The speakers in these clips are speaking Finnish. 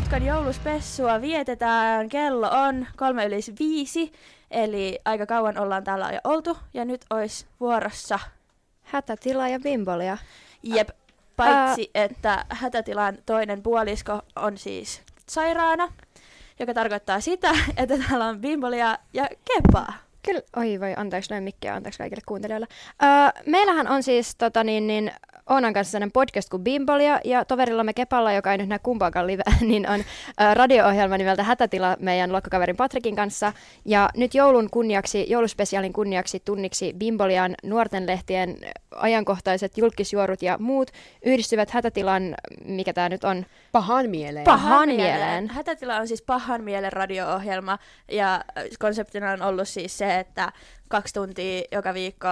Kotkan jouluspessua vietetään. Kello on kolme yli viisi, eli aika kauan ollaan täällä jo oltu. Ja nyt olisi vuorossa, Hätätila ja bimbolia. jep, paitsi että hätätilan toinen puolisko on siis sairaana, joka tarkoittaa sitä, että täällä on bimbolia ja kepaa. Kyllä, oi voi, anteeksi noin mikkiä, anteeksi kaikille kuuntelijoille. Öö, meillähän on siis tota niin, niin Oonan kanssa sellainen podcast kuin Bimbolia ja toverillamme Kepalla, joka ei nyt näe kumpaakaan live, niin on ö, radio-ohjelma nimeltä Hätätila meidän luokkaverin Patrikin kanssa. Ja nyt joulun kunniaksi, jouluspesiaalin kunniaksi tunniksi Bimbolian nuorten lehtien ajankohtaiset julkisjuorut ja muut yhdistyvät hätätilan, mikä tämä nyt on, Pahan mieleen. Paha- Pahan mieleen. Hätätila on siis pahan mielen radio-ohjelma ja äh, konseptina on ollut siis se, että kaksi tuntia joka viikko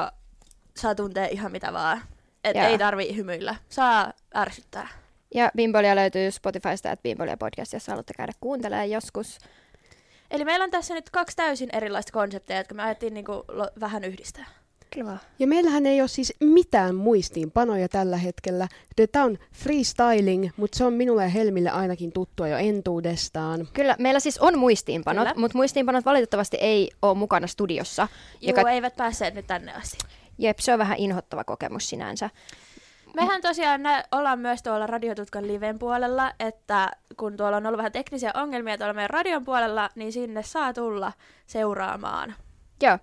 saa tuntea ihan mitä vaan. Et Jaa. ei tarvi hymyillä. Saa ärsyttää. Ja Bimbolia löytyy Spotifysta, että Bimbolia podcast, jos haluatte käydä kuuntelemaan joskus. Eli meillä on tässä nyt kaksi täysin erilaista konsepteja, jotka me ajettiin niinku lo- vähän yhdistää. Kyllä vaan. Ja meillähän ei ole siis mitään muistiinpanoja tällä hetkellä. Tätä on freestyling, mutta se on minulle ja Helmille ainakin tuttua jo entuudestaan. Kyllä, meillä siis on muistiinpanot, Kyllä. mutta muistiinpanot valitettavasti ei ole mukana studiossa. Juu, Joka, eivät päässeet nyt tänne asti. jep, se on vähän inhottava kokemus sinänsä. Mehän tosiaan nä- ollaan myös tuolla Radiotutkan liven puolella, että kun tuolla on ollut vähän teknisiä ongelmia tuolla meidän radion puolella, niin sinne saa tulla seuraamaan. Joo.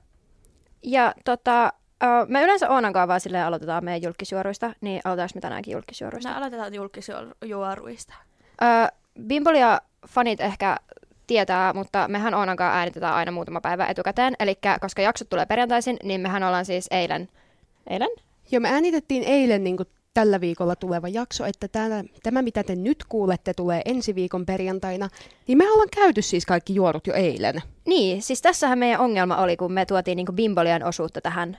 Ja tota, uh, me yleensä Oonankaan vaan silleen aloitetaan meidän julkisjuoruista, niin aloitetaan me tänäänkin julkisjuoruista. No aloitetaan julkisjuoruista. Öö, Bimbolia fanit ehkä tietää, mutta mehän Oonankaan äänitetään aina muutama päivä etukäteen. Eli koska jaksot tulee perjantaisin, niin mehän ollaan siis eilen... Eilen? Ja me äänitettiin eilen niin kuin tällä viikolla tuleva jakso, että täällä, tämä mitä te nyt kuulette tulee ensi viikon perjantaina, niin me ollaan käyty siis kaikki juorut jo eilen. Niin, siis tässähän meidän ongelma oli, kun me tuotiin niin bimbolian osuutta tähän,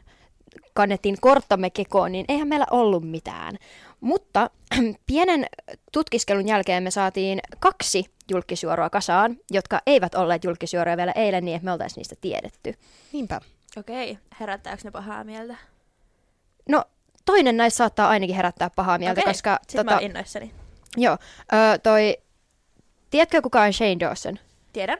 kannettiin korttamme kekoon, niin eihän meillä ollut mitään. Mutta pienen tutkiskelun jälkeen me saatiin kaksi julkisjuoroa kasaan, jotka eivät olleet julkisjuoroja vielä eilen, niin että me oltaisiin niistä tiedetty. Niinpä. Okei, herättääkö ne pahaa mieltä? No, toinen näistä saattaa ainakin herättää pahaa mieltä, Okei, koska... Sitten tota... mä oon innoissani. joo, ö, toi, tiedätkö kuka on Shane Dawson? Tiedän.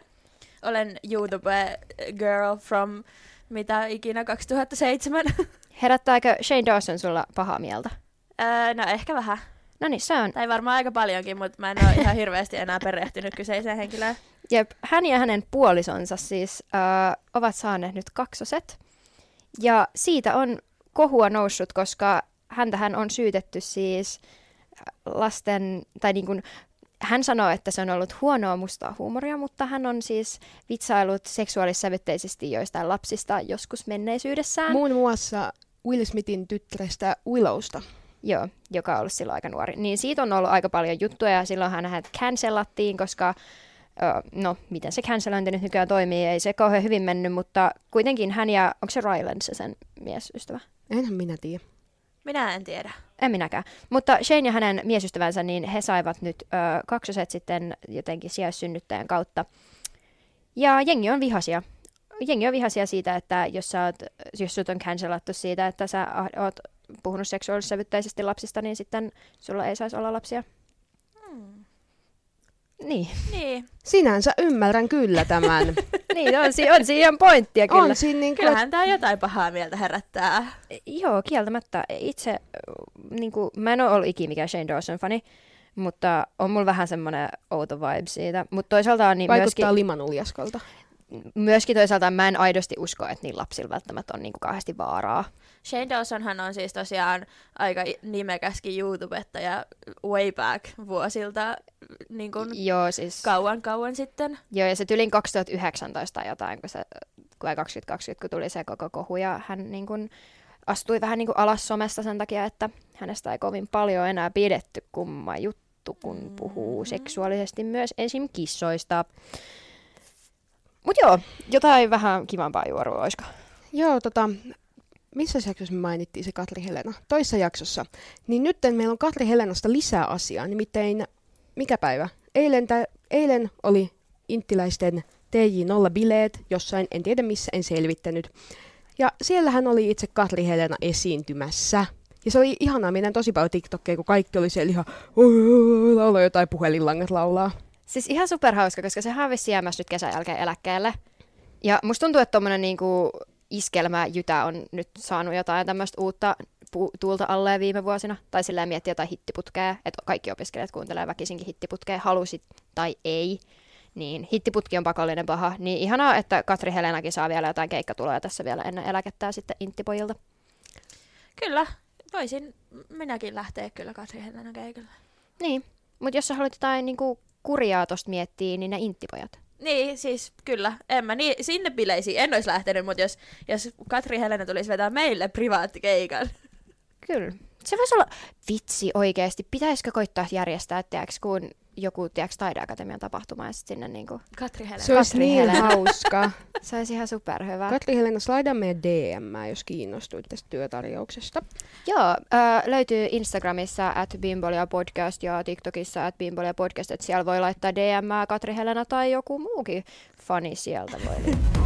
Olen YouTube girl from mitä ikinä 2007. Herättääkö Shane Dawson sulla pahaa mieltä? Öö, no ehkä vähän. No niin, se on Tai varmaan aika paljonkin, mutta mä en ole ihan hirveästi enää perehtynyt kyseiseen henkilöön. Jep, hän ja hänen puolisonsa siis äh, ovat saaneet nyt kaksoset. Ja siitä on kohua noussut, koska häntähän on syytetty siis lasten, tai niin kuin, hän sanoo, että se on ollut huonoa mustaa huumoria, mutta hän on siis vitsailut seksuaalissävytteisesti joistain lapsista joskus menneisyydessään. Muun muassa Will Smithin tyttärestä Willowsta. Joo, joka on ollut silloin aika nuori. Niin siitä on ollut aika paljon juttuja ja silloin hänet cancelattiin, koska ö, no, miten se cancelointi nyt nykyään toimii, ei se kauhean hyvin mennyt, mutta kuitenkin hän ja, onko se Ryland se sen miesystävä? Enhän minä tiedä. Minä en tiedä. En minäkään. Mutta Shane ja hänen miesystävänsä, niin he saivat nyt ö, kaksoset sitten jotenkin sijaissynnyttäjän kautta. Ja jengi on vihasia. Jengi on vihasia siitä, että jos, sä oot, jos sut on cancelattu siitä, että sä ah- oot puhunut seksuaalissävyttäisesti lapsista, niin sitten sulla ei saisi olla lapsia. Niin, Niin, Sinänsä ymmärrän kyllä tämän. niin on, si- on siihen pointtia kyllä. On siinä niin kuin, kyllähän tää jotain pahaa mieltä herättää. Joo, kieltämättä. Itse, niin kuin, mä en ole ollut ikinä mikään Shane Dawson-fani, mutta on mulla vähän semmoinen outo vibe siitä. Mutta toisaalta on niin myöskin, vaikuttaa limanuljaskolta. myöskin toisaalta mä en aidosti usko, että niillä lapsilla välttämättä on niin kuin kauheasti vaaraa. Shane Dawsonhan on siis tosiaan aika i- nimekäskin YouTubettaja way back vuosilta, niin kuin Joo, siis, kauan kauan sitten. joo, ja se tylin 2019 tai jotain, kun se, vai 2020, kun tuli se koko kohu, ja hän niin kuin, astui vähän niin kuin alas somesta sen takia, että hänestä ei kovin paljon enää pidetty kumma juttu, kun puhuu seksuaalisesti myös esim. kissoista. Mut joo, jotain vähän kivampaa juorua oisko? Joo, tota, missä jaksossa me mainittiin se Katri Helena? Toissa jaksossa. Niin nyt meillä on Katri Helenasta lisää asiaa, nimittäin mikä päivä? Eilen, tä, eilen oli inttiläisten TJ0-bileet jossain, en tiedä missä, en selvittänyt. Ja siellähän oli itse Katri Helena esiintymässä. Ja se oli ihanaa, meidän tosi paljon TikTokkeja, kun kaikki oli siellä ihan "Oi, oi, oi, oi", lauloi jotain puhelinlangat laulaa. Siis ihan superhauska, koska se haavis jäämässä nyt kesän jälkeen eläkkeelle. Ja musta tuntuu, että tommonen niinku iskelmä Jytä on nyt saanut jotain tämmöistä uutta pu- tuulta alle viime vuosina. Tai sillä miettiä jotain hittiputkea, että kaikki opiskelijat kuuntelee väkisinkin hittiputkea, halusit tai ei. Niin hittiputki on pakollinen paha. Niin ihanaa, että Katri Helenakin saa vielä jotain keikkatuloja tässä vielä ennen eläkettä ja sitten Inttipojilta. Kyllä, voisin minäkin lähteä kyllä Katri Helena keikalle. Niin, mutta jos sä haluat jotain niinku kurjaa tosta miettiä, niin ne Inttipojat. Niin, siis kyllä. En mä niin, sinne bileisiin en olisi lähtenyt, mutta jos, jos Katri Helena tulisi vetää meille privaattikeikan. Kyllä. Se voisi olla vitsi oikeasti. Pitäisikö koittaa järjestää, tiiäks, kun joku tiiäks, taideakatemian tapahtuma ja sit sinne niinku... Katri Helena. Se olisi Katri niin Helena. hauska. Se olisi ihan superhyvä. Kat- Katri Helena, slaida meidän DM, jos kiinnostuit tästä työtarjouksesta. Joo, äh, löytyy Instagramissa at Bimbolia Podcast ja TikTokissa at Bimbolia Podcast, että siellä voi laittaa DM Katri Helena tai joku muukin fani sieltä voi. liittyä.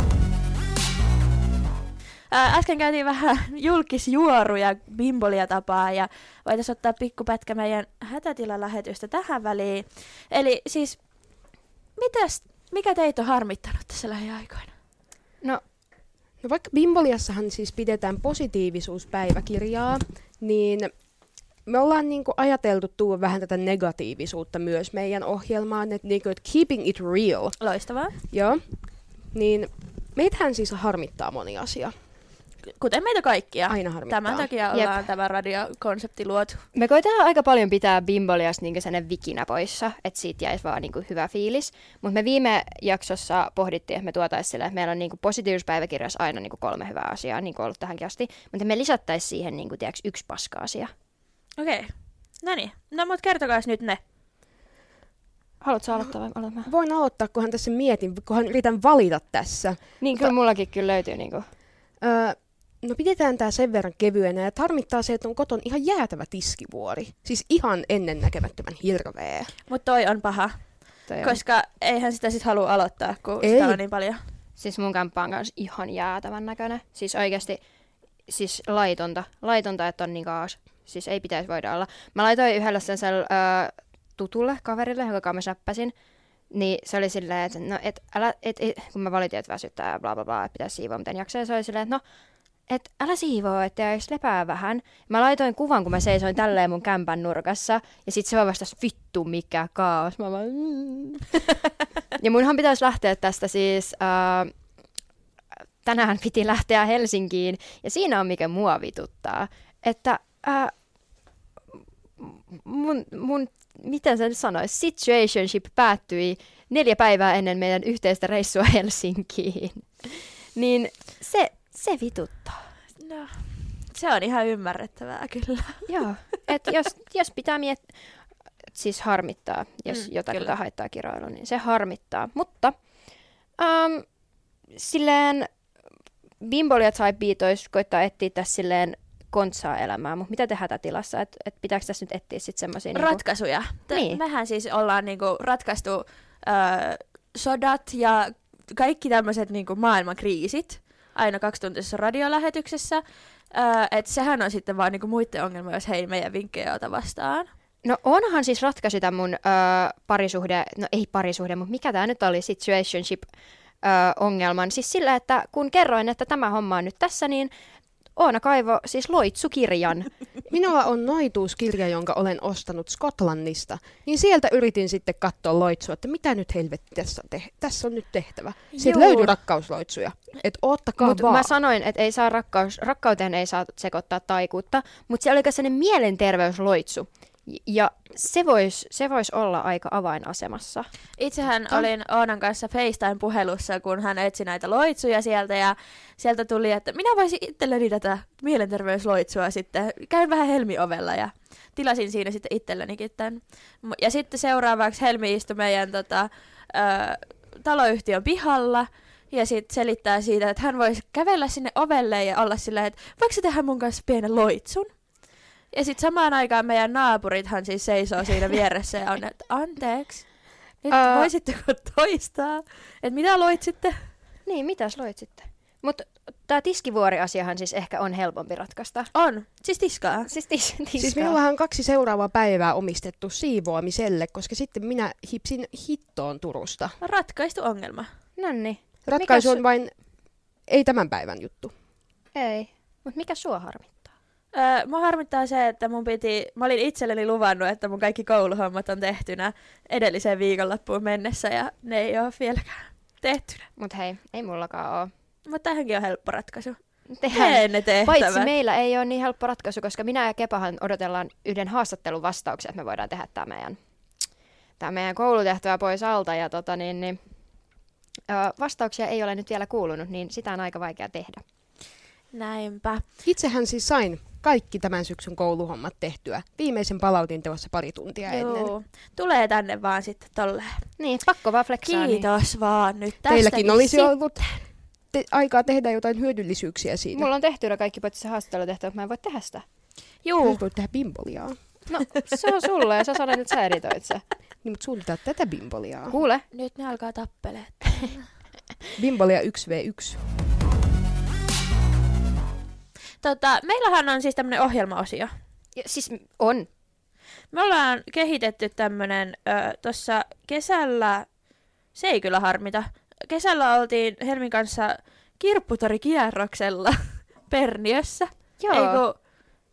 Ää, äsken käytiin vähän julkisjuoruja bimbolia tapaa ja voitaisiin ottaa pikkupätkä meidän hätätilalähetystä tähän väliin. Eli siis, mitäs, mikä teitä on harmittanut tässä lähiaikoina? no, No vaikka Bimboliassahan siis pidetään positiivisuuspäiväkirjaa, niin me ollaan niinku ajateltu tuoda vähän tätä negatiivisuutta myös meidän ohjelmaan, että niinku, et keeping it real. Loistavaa. Joo. Niin meitähän siis harmittaa moni asia. Kuten meitä kaikkia. Aina harmittaa. Tämän takia ollaan Jep. tämä radiokonsepti luotu. me koitetaan aika paljon pitää Bimbolias niinku sen vikinä poissa, että siitä jäisi vaan niinku hyvä fiilis. Mutta me viime jaksossa pohdittiin, että me tuotaisiin sillä, että meillä on niinku positiivisuuspäiväkirjassa aina niinku kolme hyvää asiaa, niin kuin ollut tähänkin asti. Mutta me lisättäisiin siihen niinku, tiiäks, yksi paska-asia. Okei. Okay. No niin. No mut kertokaa nyt ne. Haluatko aloittaa vai aloitan mä? Voin aloittaa, kunhan tässä mietin, kunhan yritän valita tässä. Niin, kyllä mullakin kyllä löytyy niinku. Öö, no pidetään tämä sen verran kevyenä, että harmittaa se, että on koton ihan jäätävä tiskivuori. Siis ihan ennennäkemättömän hirveä. Mut toi on paha, Toi on. koska eihän sitä sit halua aloittaa, kun Ei. Ei. sitä on niin paljon. Siis mun kämppä on kanssa ihan jäätävän näköinen. Siis oikeasti, siis laitonta. Laitonta, että on niin kaas. Siis ei pitäisi voida olla. Mä laitoin yhdelle sen sel, ö, tutulle kaverille, jonka kanssa mä säppäsin. Niin se oli silleen, että no, et, älä, et, et, kun mä valitin, että väsyttää ja bla bla bla, että pitäisi siivoa, miten jaksaa. Ja se oli silleen, että no, et älä siivoo, että jäisi lepää vähän. Mä laitoin kuvan, kun mä seisoin tälleen mun kämpän nurkassa. Ja sit se vaan vastasi, vittu mikä kaos. Mä vaan, mm. Ja munhan pitäisi lähteä tästä siis, äh, tänään piti lähteä Helsinkiin, ja siinä on mikä mua vituttaa, että äh, mun, mun, miten sen sanoisi, situationship päättyi neljä päivää ennen meidän yhteistä reissua Helsinkiin. Niin se, se vituttaa. No, se on ihan ymmärrettävää kyllä. Joo, et jos, jos pitää miettiä, siis harmittaa, jos Mm, mm, jotakin kyllä. haittaa kiroilu, niin se harmittaa. Mutta äm, silleen bimbolia tai biitois koittaa etsiä tässä silleen kontsaa elämää, mutta mitä te hätätilassa, että et pitääkö tässä nyt etsiä sitten semmoisia... ratkaisuja. T- niin. niinku- Niin. Mehän siis ollaan niinku ratkaistu ö, sodat ja kaikki tämmöiset niinku maailman kriisit aina kaksituntisessa radiolähetyksessä. Ö, et sehän on sitten vaan niinku muiden ongelma, jos he ei meidän vinkkejä ota vastaan. No onhan siis ratkaisu tämän mun ö, parisuhde, no ei parisuhde, mutta mikä tämä nyt oli, situationship ö, ongelman. Siis sillä, että kun kerroin, että tämä homma on nyt tässä, niin Oona kaivo siis loitsukirjan. Minulla on noituuskirja, jonka olen ostanut Skotlannista, niin sieltä yritin sitten katsoa loitsua, että mitä nyt helvetti tässä, on te- tässä on nyt tehtävä. Sieltä Juu. löytyy rakkausloitsuja, että oottakaa Mut vaan. mä sanoin, että ei saa rakkaus, rakkauteen ei saa sekoittaa taikuutta, mutta se oli kai sellainen mielenterveysloitsu. Ja se voisi se vois olla aika avainasemassa. Itsehän olin Oonan kanssa FaceTime-puhelussa, kun hän etsi näitä loitsuja sieltä ja sieltä tuli, että minä voisin itselleni tätä mielenterveysloitsua sitten. Käyn vähän Helmi-ovella ja tilasin siinä sitten itsellenikin tämän. Mu- Ja sitten seuraavaksi Helmi istui meidän tota, ö, taloyhtiön pihalla ja sitten selittää siitä, että hän voisi kävellä sinne ovelle ja olla silleen, että voiko se tehdä mun kanssa pienen loitsun? Ja sitten samaan aikaan meidän naapurithan siis seisoo siinä vieressä ja on, että anteeksi, nyt Ää. voisitteko toistaa, että mitä loit sitten? Niin, mitäs loit sitten? Mutta tämä tiskivuoriasiahan siis ehkä on helpompi ratkaista. On. Siis tiskaa. Siis tis, tiskaa. Siis minullahan on kaksi seuraavaa päivää omistettu siivoamiselle, koska sitten minä hipsin hittoon Turusta. Ratkaistu ongelma. Nonni. Ratkaisu Mikäs- on vain, ei tämän päivän juttu. Ei. Mutta mikä sua harmittaa? Öö, mua harmittaa se, että mun piti, mä olin itselleni luvannut, että mun kaikki kouluhommat on tehtynä edelliseen viikonloppuun mennessä ja ne ei ole vieläkään tehtynä. Mutta hei, ei mullakaan ole. Mutta tähänkin on helppo ratkaisu. Tehdään Teen ne tehtävät. Paitsi meillä ei ole niin helppo ratkaisu, koska minä ja Kepahan odotellaan yhden haastattelun vastauksia, että me voidaan tehdä tämä meidän, tämä meidän koulutehtävä pois alta. Ja tota niin, niin, ö, vastauksia ei ole nyt vielä kuulunut, niin sitä on aika vaikea tehdä. Näinpä. Itsehän siis sain kaikki tämän syksyn kouluhommat tehtyä. Viimeisen palautin tuossa pari tuntia ennen. Joo. Tulee tänne vaan sitten tolleen. Niin, pakko vaan flexaa. Kiitos vaan nyt tästä. Teilläkin olisi sit- ollut te- aikaa tehdä jotain hyödyllisyyksiä Niin. siinä. Mulla on tehtyä kaikki paitsi se haastattelutehtävä, mutta mä en voi tehdä sitä. Juu, Nyt voit tehdä bimboliaa. No, se on sulle ja sä sanoit, että sä editoit se. Niin, mutta suunnitellaan tätä bimboliaa. Kuule, nyt ne alkaa tappelee. Bimbolia 1v1. Tota, meillähän on siis tämmönen ohjelmaosio. ja siis on. Me ollaan kehitetty tämmönen ö, tuossa kesällä, se ei kyllä harmita, kesällä oltiin Helmin kanssa kirpputorikierroksella Perniössä. Joo, Eiku,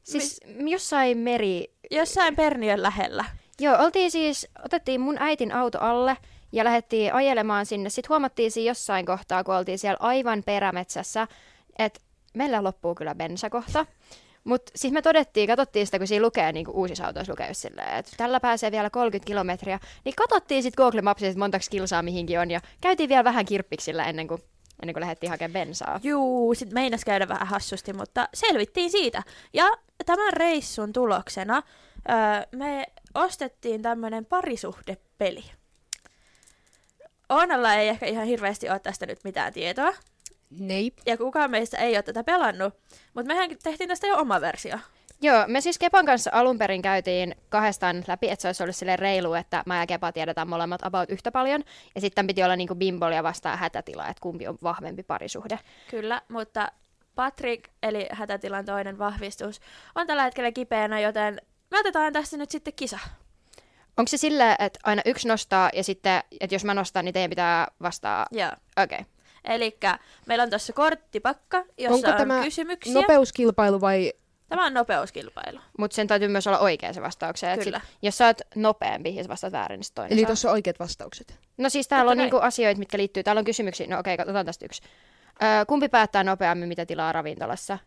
siis jossain meri jossain Perniön lähellä. Joo, oltiin siis, otettiin mun äitin auto alle ja lähdettiin ajelemaan sinne. Sitten huomattiin siinä jossain kohtaa, kun oltiin siellä aivan perämetsässä, että meillä loppuu kyllä bensa kohta. Mutta sitten me todettiin, katsottiin sitä, kun siinä lukee, niin kuin uusissa autoissa lukee just silleen, että tällä pääsee vielä 30 kilometriä. Niin katsottiin sitten Google Mapsista, että montaksi kilsaa mihinkin on ja käytiin vielä vähän kirppiksillä ennen kuin, ennen kuin lähdettiin hakemaan bensaa. Juu, sit meinas käydä vähän hassusti, mutta selvittiin siitä. Ja tämän reissun tuloksena öö, me ostettiin tämmönen parisuhdepeli. Oonalla ei ehkä ihan hirveästi ole tästä nyt mitään tietoa. Nei. ja kukaan meistä ei ole tätä pelannut, mutta mehän tehtiin tästä jo oma versio. Joo, me siis Kepan kanssa alun perin käytiin kahdestaan läpi, että se olisi ollut sille reilu, että mä ja Kepa tiedetään molemmat about yhtä paljon. Ja sitten piti olla niinku bimbolia vastaan hätätila, että kumpi on vahvempi parisuhde. Kyllä, mutta Patrick, eli hätätilan toinen vahvistus, on tällä hetkellä kipeänä, joten me otetaan tästä nyt sitten kisa. Onko se sillä, että aina yksi nostaa ja sitten, että jos mä nostan, niin teidän pitää vastaa? Joo. Okei. Okay. Eli meillä on tuossa korttipakka, jossa Onko on tämä kysymyksiä. Nopeuskilpailu vai Tämä on nopeuskilpailu. Mutta sen täytyy myös olla oikea se vastaukseen. että Kyllä. Sit, jos sä oot nopeampi ja sä vastaat väärin, niin sit toinen Eli saa. tuossa on oikeat vastaukset. No siis täällä Totta on kai. niinku asioita, mitkä liittyy. Täällä on kysymyksiä. No okei, okay, otetaan tästä yksi. Öö, kumpi päättää nopeammin, mitä tilaa ravintolassa?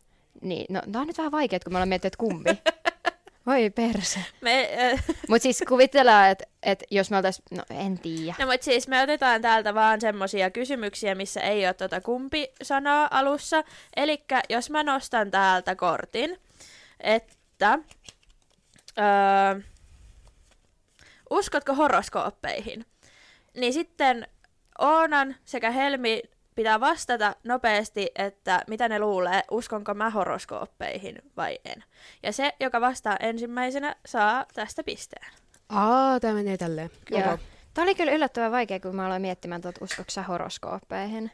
Niin, no tää on nyt vähän vaikea, kun me ollaan miettinyt, että kumpi. Voi perse. Me, äh, Mutta siis kuvitellaan, että et jos me oltais... No en tiedä. no mut siis me otetaan täältä vaan semmosia kysymyksiä, missä ei ole tota kumpi sanaa alussa. Eli jos mä nostan täältä kortin, että... Öö, uskotko horoskooppeihin? Niin sitten Oonan sekä Helmi pitää vastata nopeasti, että mitä ne luulee, uskonko mä horoskooppeihin vai en. Ja se, joka vastaa ensimmäisenä, saa tästä pisteen. Aa, tämä menee tälleen. Joo. Tämä oli kyllä yllättävän vaikea, kun mä aloin miettimään, että uskoksa horoskoopeihin.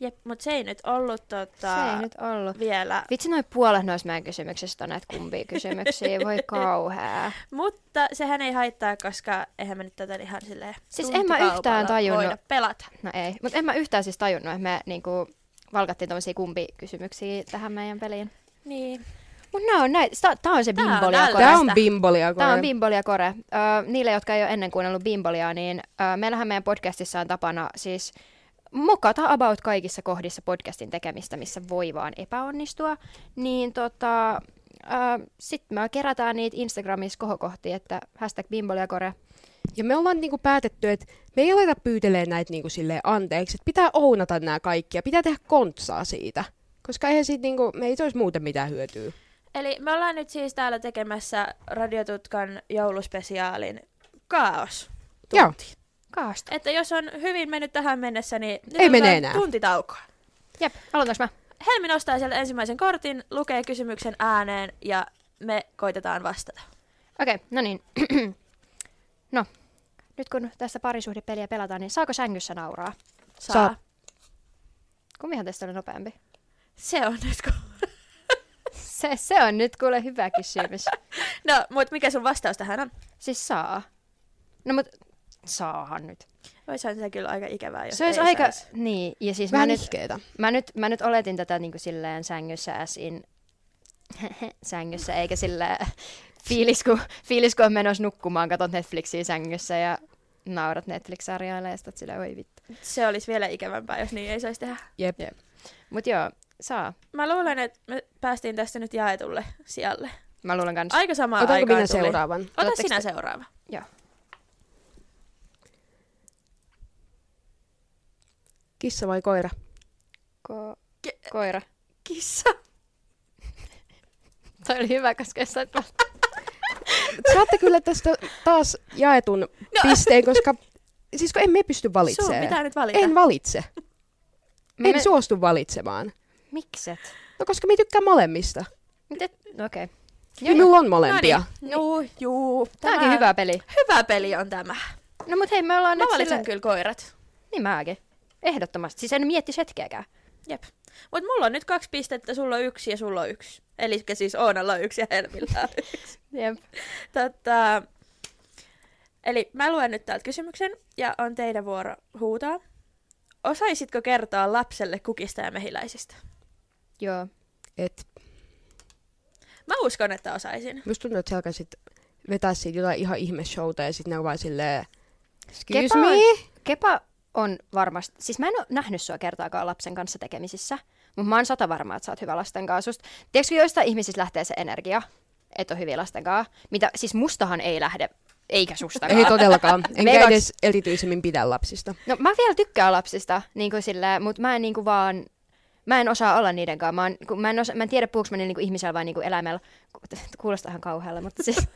Jep, mutta se ei nyt ollut tota, Se ei nyt ollut. vielä. Vitsi, noin puolet noista meidän kysymyksistä on näitä kumpia kysymyksiä. Voi kauhea. Mutta sehän ei haittaa, koska eihän me nyt tätä ihan silleen Siis en mä yhtään tuntikaupalla tajunnut. voida pelata. No ei. Mutta en mä yhtään siis tajunnut, että me niinku valkattiin tommosia kumpikysymyksiä tähän meidän peliin. Niin. Mut nää on näin. Tää on se Tää on bimbolia tällä. kore. Tää Tämä Koresta. on bimbolia. Tämä on Kore. Bimbolia Kore. Ö, niille, jotka ei ole ennen kuunnellut Bimboliaa, niin ö, meillähän meidän podcastissa on tapana siis mokata about kaikissa kohdissa podcastin tekemistä, missä voi vaan epäonnistua. Niin tota, sitten me kerätään niitä Instagramissa kohokohtia, että hashtag Bimbolia Kore. Ja me ollaan niinku päätetty, että me ei aleta pyytelee näitä niinku silleen anteeksi. Että pitää ounata nämä kaikki ja pitää tehdä kontsaa siitä. Koska eihän siitä niinku, me ei olisi muuten mitään hyötyä. Eli me ollaan nyt siis täällä tekemässä Radiotutkan jouluspesiaalin kaos. Joo. Kaastu. Että jos on hyvin mennyt tähän mennessä, niin nyt Ei otetaan mene enää. tuntitaukoa. Jep, aloitanko mä? Helmi nostaa sieltä ensimmäisen kortin, lukee kysymyksen ääneen ja me koitetaan vastata. Okei, okay, no niin. no, nyt kun tässä parisuhdepeliä pelataan, niin saako sängyssä nauraa? Saa. Saa. Kumpihan teistä oli nopeampi? Se on nyt kun... Se, se on nyt kuule hyvä kysymys. No, mutta mikä sun vastaus tähän on? Siis saa. No mut saahan nyt. Oishan se kyllä aika ikävää, jos se olisi ei aika... saisi. Niin, ja siis mä Vähän nyt, ihkeetä. mä, nyt, mä nyt oletin tätä niin kuin silleen sängyssä äsin sängyssä, eikä silleen fiilis kun, fiilis, kun on menossa nukkumaan, katsot Netflixiä sängyssä ja naurat Netflix-sarjaille ja sitten oot silleen, oi vittu. Se olisi vielä ikävämpää, jos niin ei saisi tehdä. Jep. Mut joo, saa. Mä luulen, että me päästiin tästä nyt jaetulle sijalle. Mä luulen kans. Aika samaa Otanko aikaa minä tuli. seuraavan? Ota Otatteko sinä te- seuraava. Joo. Kissa vai koira? Ko- Ke- koira. Kissa. Toi oli hyvä, koska sä et Saatte kyllä tästä taas jaetun no. pisteen, koska siis kun emme pysty Sun valitsemaan. pitää nyt valita. En valitse. En Me- suostu valitsemaan. Mikset? No koska me tykkään molemmista. Miten? No okei. Okay. Ja minulla on molempia. No, juu. Tää onkin hyvä peli. Hyvä peli on tämä. No mut hei, me ollaan Mä nyt valitsen kyllä koirat. Niin mäkin. Ehdottomasti. Siis en mietti hetkeäkään. Jep. Mut mulla on nyt kaksi pistettä, sulla on yksi ja sulla on yksi. Eli siis Oonalla on yksi ja Helmillä on yksi. Jep. Tota, eli mä luen nyt täältä kysymyksen ja on teidän vuoro huutaa. Osaisitko kertoa lapselle kukista ja mehiläisistä? Joo. Et Mä uskon, että osaisin. musta tuntuu, että sä alkaisit vetää siitä jotain ihan ihme showta ja sitten ne on vaan silleen... Kepa Excuse on- me? Kepa on varmasti, siis mä en ole nähnyt sua kertaakaan lapsen kanssa tekemisissä, mutta mä oon sata varma, että sä oot hyvä lasten kanssa. Just, tiedätkö, kun joistain ihmisistä lähtee se energia, että on hyviä lasten kanssa, mitä siis mustahan ei lähde, eikä sustakaan. Ei todellakaan. Enkä Meillä on- edes erityisemmin pidä lapsista. No mä vielä tykkään lapsista, niin kuin sillä, mutta mä en niin kuin vaan, mä en osaa olla niiden kanssa. Mä, oon, kun mä, en osa, mä en tiedä, puhuuko mä niin kuin ihmisellä vai niin kuin eläimellä. Kuulostaa ihan kauhealla, mutta siis...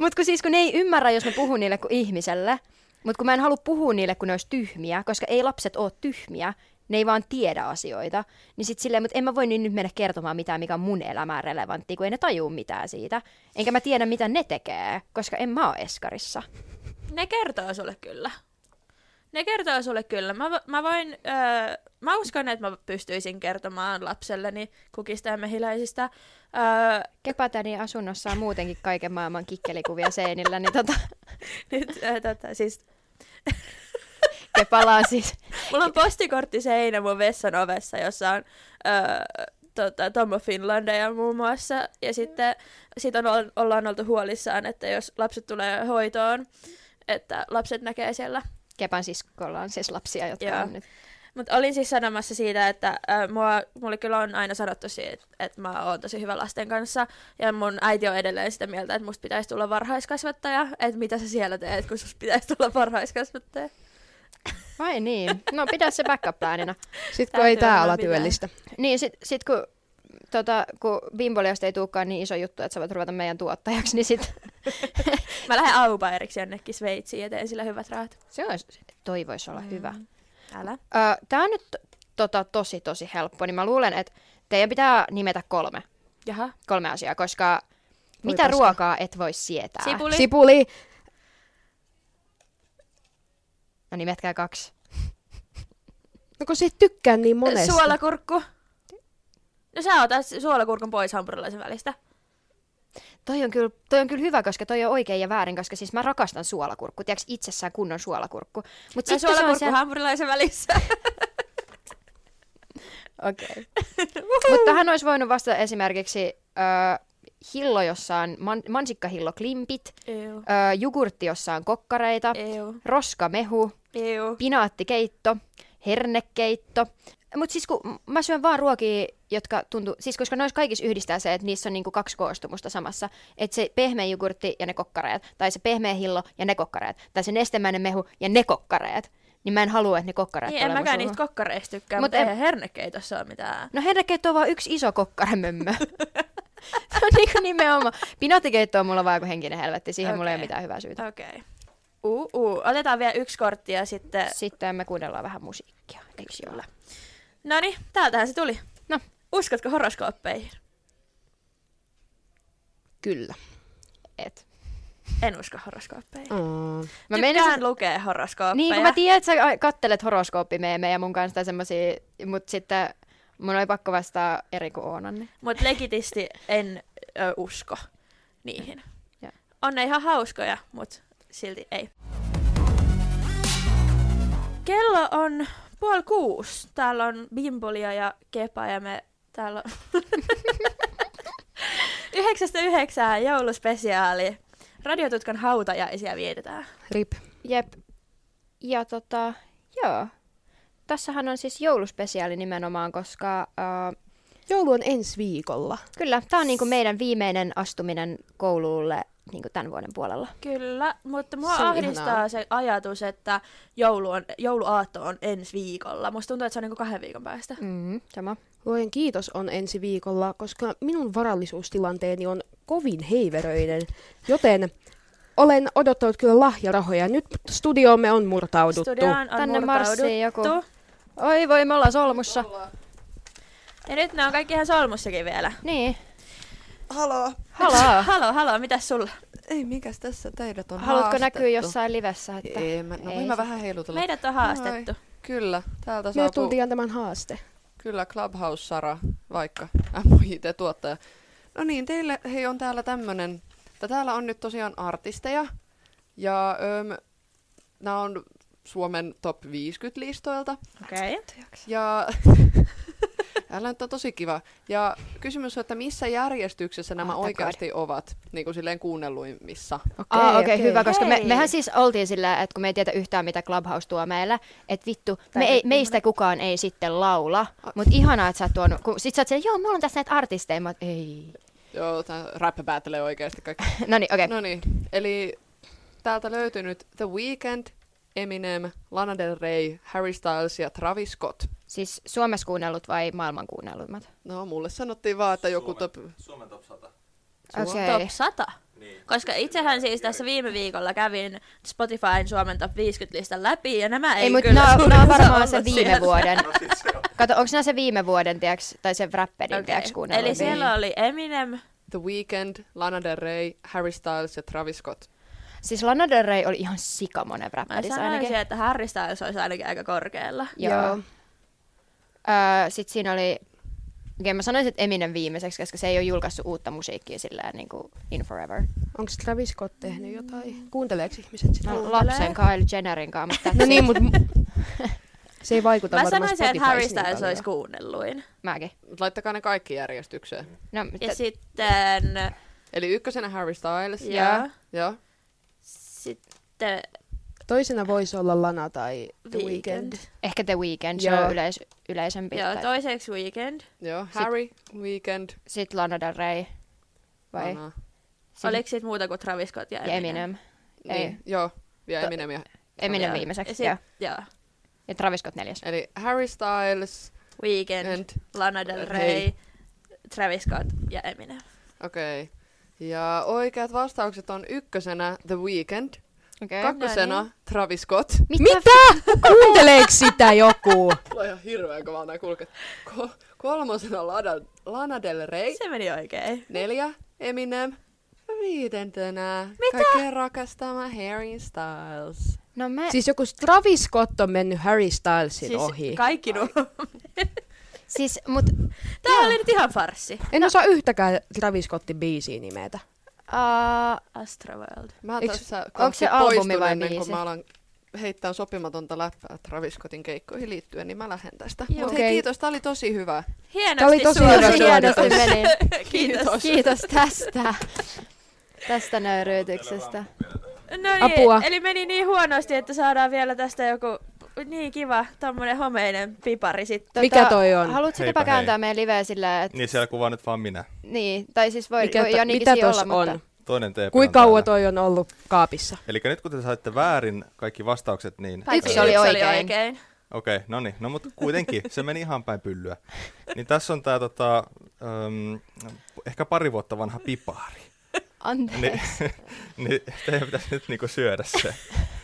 mutta kun siis kun ne ei ymmärrä, jos mä puhun niille kuin ihmiselle, mutta kun mä en halua puhua niille, kun ne olisi tyhmiä, koska ei lapset ole tyhmiä, ne ei vaan tiedä asioita, niin sitten silleen, mutta en mä voi niin nyt mennä kertomaan mitään, mikä on mun elämään relevanttia, kun ei ne tajuu mitään siitä. Enkä mä tiedä, mitä ne tekee, koska en mä ole eskarissa. Ne kertoo sulle kyllä. Ne kertoo sulle kyllä. Mä, vo- mä voin, öö, mä uskon, että mä pystyisin kertomaan lapselleni kukista ja mehiläisistä. Öö, Kepatäni asunnossa on muutenkin kaiken maailman kikkelikuvia seinillä, niin tota, nyt, öö, tota, siis, Kepalaa siis. mulla on postikortti seinä mun vessan ovessa, jossa on öö, tota, Tommo Finlandeja muun muassa. Ja sitten sit on, ol- ollaan oltu huolissaan, että jos lapset tulee hoitoon, että lapset näkee siellä Kepan siskolla on siis lapsia, jotka Joo. on nyt. Mutta olin siis sanomassa siitä, että äh, mua, mulle kyllä on aina sanottu siitä, että mä oon tosi hyvä lasten kanssa. Ja mun äiti on edelleen sitä mieltä, että musta pitäisi tulla varhaiskasvattaja. Että mitä sä siellä teet, kun sus pitäisi tulla varhaiskasvattaja. Vai niin? No pidä se backup planina. Sitten kun ei Täytyy tää olla ala pitää. työllistä. Niin sit, sit kun, tota, kun bimboliosta ei tulekaan niin iso juttu, että sä voit ruveta meidän tuottajaksi, niin sit Mä lähden aupairiksi jonnekin Sveitsiin ja teen sillä hyvät rahat. se olisi, toi voisi olla mm. hyvä. Älä. Tämä on nyt t- tota, tosi tosi helppo, niin mä luulen, että teidän pitää nimetä kolme, Jaha. kolme asiaa, koska Voi mitä paska. ruokaa et voi sietää? Sipuli. Sipuli. No nimetkää kaksi. No kun siitä tykkään niin monesta. Suolakurkku. No sä otat suolakurkun pois hampurilaisen välistä. Toi on, kyllä, toi on kyllä hyvä, koska toi on oikein ja väärin, koska siis mä rakastan suolakurkku. Tiedätkö, itsessään kunnon suolakurkku. Mut Mä sitten se on No suolakurkku sen... hampurilaisen välissä. Okay. Mutta tähän olisi voinut vastata esimerkiksi äh, hillo, jossa on man, mansikkahillo klimpit, Ew. äh, jogurtti, jossa on kokkareita, Ew. roskamehu, Ew. pinaattikeitto, hernekeitto. Mutta siis kun m- mä syön vaan ruokia, jotka tuntuu, siis koska noissa kaikissa yhdistää se, että niissä on niinku kaksi koostumusta samassa. Että se pehmeä jogurtti ja ne kokkareet, tai se pehmeä hillo ja ne kokkareet, tai se nestemäinen mehu ja ne kokkareet. Niin mä en halua, että ne kokkareet Niin, en tulee mun mäkään suuhun. niistä kokkareista tykkää, Mut mutta en- eihän hernekeitossa ole mitään. No hernekeitto on vaan yksi iso kokkaremömmö. se on niinku nimenomaan. Pinattikeitto on mulla vaan joku henkinen helvetti, siihen okay. mulla ei ole Okei. mitään hyvää syytä. Okei. Okay. Uh, uh. Otetaan vielä yksi kortti ja sitten... Sitten me kuunnellaan vähän musiikkia. Yksi jolla. No niin, täältähän se tuli. No. Uskotko horoskooppeihin? Kyllä. Et. En usko horoskooppeihin. Mm. Mä Mä Tykkään meinasin- lukea horoskooppeja. Niin, kun mä tiedän, että sä ai- kattelet horoskooppimeemejä mun kanssa tai semmosia, mutta sitten mun oli pakko vastaa eri kuin niin. Oonanne. Mutta legitisti en ö, usko niihin. Ja. On ne ihan hauskoja, mutta silti ei. Kello on puoli kuusi. Täällä on bimbolia ja kepa ja me täällä on... Yhdeksästä yhdeksään jouluspesiaali. Radiotutkan hautajaisia vietetään. Rip. Jep. Ja tota, joo. Tässähän on siis jouluspesiaali nimenomaan, koska äh, Joulu on ensi viikolla. kyllä, tämä on niinku meidän viimeinen astuminen koululle niinku tämän vuoden puolella. Kyllä, mutta mua Se on ahdistaa ihanaa. se ajatus, että joulu on, jouluaatto on ensi viikolla. Musta tuntuu, että se on niinku kahden viikon päästä. Mm, sama. Luojen kiitos on ensi viikolla, koska minun varallisuustilanteeni on kovin heiveröinen, joten olen odottanut kyllä lahjarahoja. Nyt studioomme on murtauduttu. Studioon on Tänne marssii joku. murtauduttu. Oi voi, me ollaan solmussa. Ja nyt ne on kaikki ihan solmussakin vielä. Niin. Haloo. Halaa. Halo, halo, mitäs sulla? Ei, mikäs tässä teidät on Haluatko haastettu? näkyä jossain livessä? Että... Ei, mä, no voin Ei mä se- vähän heilutella. Meidät on haastettu. Moi. Kyllä, täältä Me saapuu tultiin antamaan haaste. kyllä Clubhouse-Sara, vaikka MIT-tuottaja. No niin, teille hei on täällä tämmönen, tai täällä on nyt tosiaan artisteja, ja öm, nämä on Suomen top 50 listoilta. Okei. Okay. Ja älä nyt on tosi kiva. Ja kysymys on, että missä järjestyksessä nämä Ah, tää oikeasti ovat, niin kuin silleen kuunnelluimmissa. Okei, ah, okei, okay, okei. hyvä, koska me, Hei. mehän siis oltiin sillä, että kun me ei tiedä yhtään, mitä Clubhouse tuo meillä, että vittu, me ei, meistä kukaan ei sitten laula, mutta ihanaa, että sä oot tuonut, kun sit sä oot siellä, joo, mulla on tässä näitä artisteja, mä oot, ei. Joo, tämä rap battle oikeasti kaikki. No niin, okei. Okay. No niin, eli täältä löytyy nyt The Weeknd, Eminem, Lana Del Rey, Harry Styles ja Travis Scott. Siis Suomessa kuunnellut vai maailman kuunnellummat? No, mulle sanottiin vaan, että joku top... Suomen top 100. Okei. Top 100. Niin. Koska itsehän siis tässä viime viikolla kävin Spotifyn Suomen top 50-listan läpi, ja nämä ei, Ei, mutta kyllä nää on- suurin nää on osa varmaan ollut se viime siellä. vuoden. No sit se on. Kato, onko nämä se viime vuoden, tiiäks, tai se räppedin, okay. Okei. tiiäks, kuunnellut? Eli siellä oli Eminem. The Weeknd, Lana Del Rey, Harry Styles ja Travis Scott. Siis Lana Del Rey oli ihan sikamonen Mä räppärissä sanoisin, ainakin. että Harry Styles olisi ainakin aika korkealla. Joo. Öö, Sitten siinä oli, okei mä sanoisin, että Eminem viimeiseksi, koska se ei ole julkaissut uutta musiikkia sillä niin kuin in forever. Onko Travis Scott tehnyt jotain? Kuunteleeko ihmiset sitä? No, Kuuntele. lapsen Kyle Jennerin kanssa, mutta No niin, mutta se ei vaikuta Mä varmaan sanoisin, että Spotifys Harry niin Styles paljon. olisi kuunnelluin. mäkin. Mut Laittakaa ne kaikki järjestykseen. No, Ja t- sitten... Eli ykkösenä Harry Styles. Joo. Joo. Sitten Toisena voisi olla Lana tai The Weekend. Weeknd. ehkä The Weeknd, se Joo. on yleis- yleisempi. Joo, Joo, toiseksi Weekend. Joo. Harry, Weeknd, Sitten Lana Del Rey vai Lana. Sin- Oliko siitä muuta kuin Travis Scott ja ja Eminem? Eminem. Ei. Niin, joo. Ja To- Eminem. Ja... Eminem Joo. viimeiseksi, Ja sit- joo. Joo. Ja Travis Scott neljäs. Eli Harry Styles. Weekend, And... Lana Del Rey, Hei. Travis Scott ja Eminem. Okei. Okay. Ja oikeat vastaukset on ykkösenä The Weeknd, Okei. kakkosena no Travis Scott. Mitä? Mitä? Kuunteleeko sitä joku? Mulla on ihan hirveän kovaa nää kulket. Ko- kolmosena Lana, Lana Del Rey, Se meni oikein. neljä Eminem, viidentenä Mitä? kaikkien rakastama Harry Styles. niin. No mä, siis, Siis joku Travis Scott on mennyt Harry Stylesin siis ohi. kaikki nuo. siis mut, Tää oli nyt ihan farsi. En osaa yhtäkään Travis Scottin biisiä nimetä. uh, Astroworld. Mä Eiks- tässä onko kohti se albumi poistun vai ennen kuin biisi? mä alan heittää sopimatonta läppää Travis Scottin keikkoihin liittyen, niin mä lähden tästä. Joo. Mut hei, Okei. kiitos, tää oli tosi hyvä. Hienosti Tää oli tosi suoritettu. hyvä tosi hienosti meni. Kiitos. Kiitos tästä. Tästä nöyryytyksestä. No niin, Apua. eli meni niin huonosti, että saadaan vielä tästä joku niin kiva tommonen homeinen pipari sitten. Mikä toi on? Tota, Haluatko Heipä jopa hei. kääntää meidän liveä sillä, että... Niin siellä kuvaa nyt vaan minä. Niin, tai siis voi, Mikä voi to, Jonikin mitä siinä tos olla, on? mutta... Toinen teepä Kuinka kauan toi on ollut kaapissa? Eli nyt kun te saitte väärin kaikki vastaukset, niin... Paitsi Yksi oli oikein. Oli oikein. Okei, no niin. No mutta kuitenkin, se meni ihan päin pyllyä. Niin tässä on tää tota, um, ehkä pari vuotta vanha pipaari. Anteeksi. Niin, niin teidän pitäisi nyt niinku syödä se.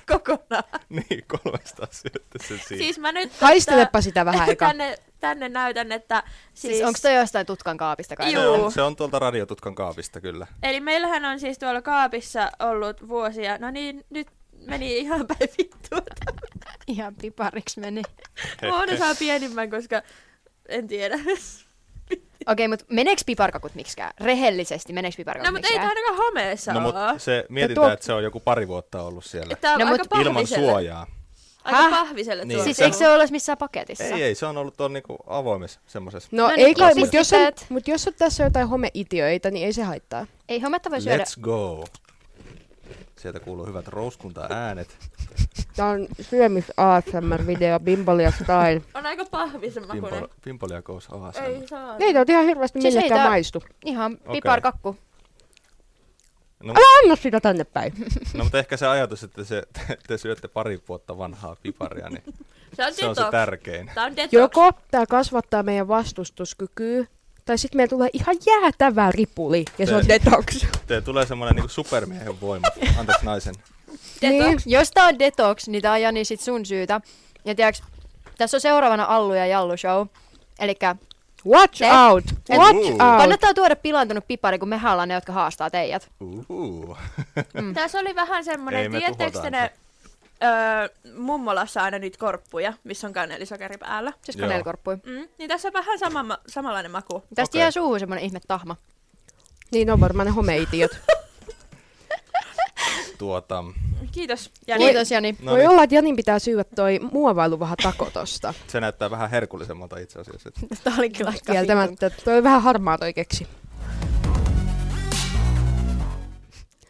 Kokonaan. Niin, kolmesta syötte sen siinä. Siis mä nyt... Haistelepa sitä vähän eka. Tänne tänne näytän, että Siis, siis onko toi jostain tutkan kaapista kai? Se Juu. on, se on tuolta radiotutkan kaapista kyllä. Eli meillähän on siis tuolla kaapissa ollut vuosia, no niin, nyt meni ihan päin vittua. Ihan pipariksi meni. Moona saa pienimmän, koska en tiedä. No, Okei, mutta meneekö piparkakut miksikään? Rehellisesti, meneekö piparkakut No mutta ei miksikään? tää ainakaan homeessa No no, mutta ole. se mietitään, tuo- että se on joku pari vuotta ollut siellä. Että tää on No, no, aika mut- Ilman pahviselle. suojaa. Aika Häh? pahviselle Niin. tuo. Siis Se- eikö se ole missään paketissa? Ei, ei, se on ollut tuolla niinku avoimessa semmoisessa. No, No no niin, ei kai, mutta jos, on, klassipiteet. mut jos on tässä jotain homeitioita, niin ei se haittaa. ei hometta voi syödä. Let's go. Sieltä kuuluu hyvät rouskunta-äänet. Tämä on syömis ASMR-video, Bimbolia Style. On aika pahvisen makuinen. Pimpol, Pimpolia Goes ASMR. Ei Niin. saa. Ei, tämä on ihan hirveästi Siis ei millekään tää- maistu. Ihan Okei. piparkakku. No, Anna sitä tänne päin. no mutta ehkä se ajatus, että se, te, te syötte pari vuotta vanhaa piparia, niin Se on se on se detox. tärkein. Tää on detox. Joko tämä kasvattaa meidän vastustuskykyä, tai sitten meillä tulee ihan jäätävä ripuli, ja se on Tee. detox. Te tulee semmoinen niinku supermiehen voima. Anteeksi naisen. Detox. Niin. Jos tää on detox, niin tää on Jani sit sun syytä. Ja tiiäks, tässä on seuraavana Allu ja Jallu show. Elikkä Watch Tee. out! Et- Watch Uhu. out! kannattaa tuoda pilaantunut pipari, kun mehän ollaan ne, jotka haastaa teidät. Uhu. Mm. Tässä oli vähän Ei, semmonen, me tiedättekö te tuhotaan ne öö, mummolassa aina niitä korppuja, missä on kanelisokeri päällä. Siis Joo. kanelikorppui. Mm, niin tässä on vähän sama, ma- samanlainen maku. Tästä Okei. jää suuhun semmonen ihme tahma. Niin on varmaan ne homeitiot. Tuota, Kiitos. Ja Kiitos Jani. no Voi niin, olla, että Janin pitää syyä toi muovailuvaha tako tosta. se näyttää vähän herkullisemmalta itse asiassa. Tää oli kyllä aika vitun. Kieltämättä. Toi on vähän harmaa toi keksi.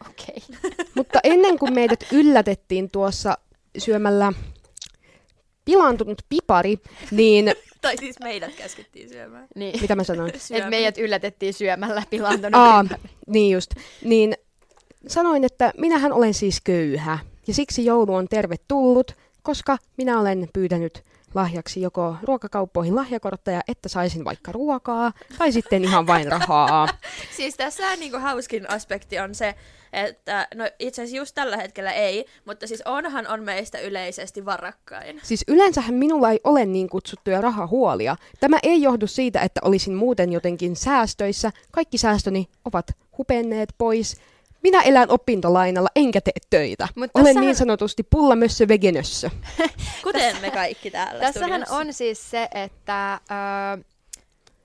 Okei. Mutta ennen kuin meidät yllätettiin tuossa syömällä pilaantunut pipari, niin Tai siis meidät käskettiin syömään. Niin. mitä mä sanoin? Et Syömään. meidät yllätettiin syömällä pilaantunut Aa, pipari. niin just. Niin sanoin, että minähän olen siis köyhä ja siksi joulu on tervetullut, koska minä olen pyytänyt lahjaksi joko ruokakauppoihin lahjakortteja, että saisin vaikka ruokaa, tai sitten ihan vain rahaa. Siis tässä niinku hauskin aspekti on se, että no itse asiassa just tällä hetkellä ei, mutta siis onhan on meistä yleisesti varakkain. Siis yleensähän minulla ei ole niin kutsuttuja rahahuolia. Tämä ei johdu siitä, että olisin muuten jotenkin säästöissä. Kaikki säästöni ovat hupenneet pois. Minä elän opintolainalla, enkä tee töitä. Mut Olen tässähän- niin sanotusti pullamössö vegenössö. Kuten me kaikki täällä Tässähän studiossa. on siis se, että öö,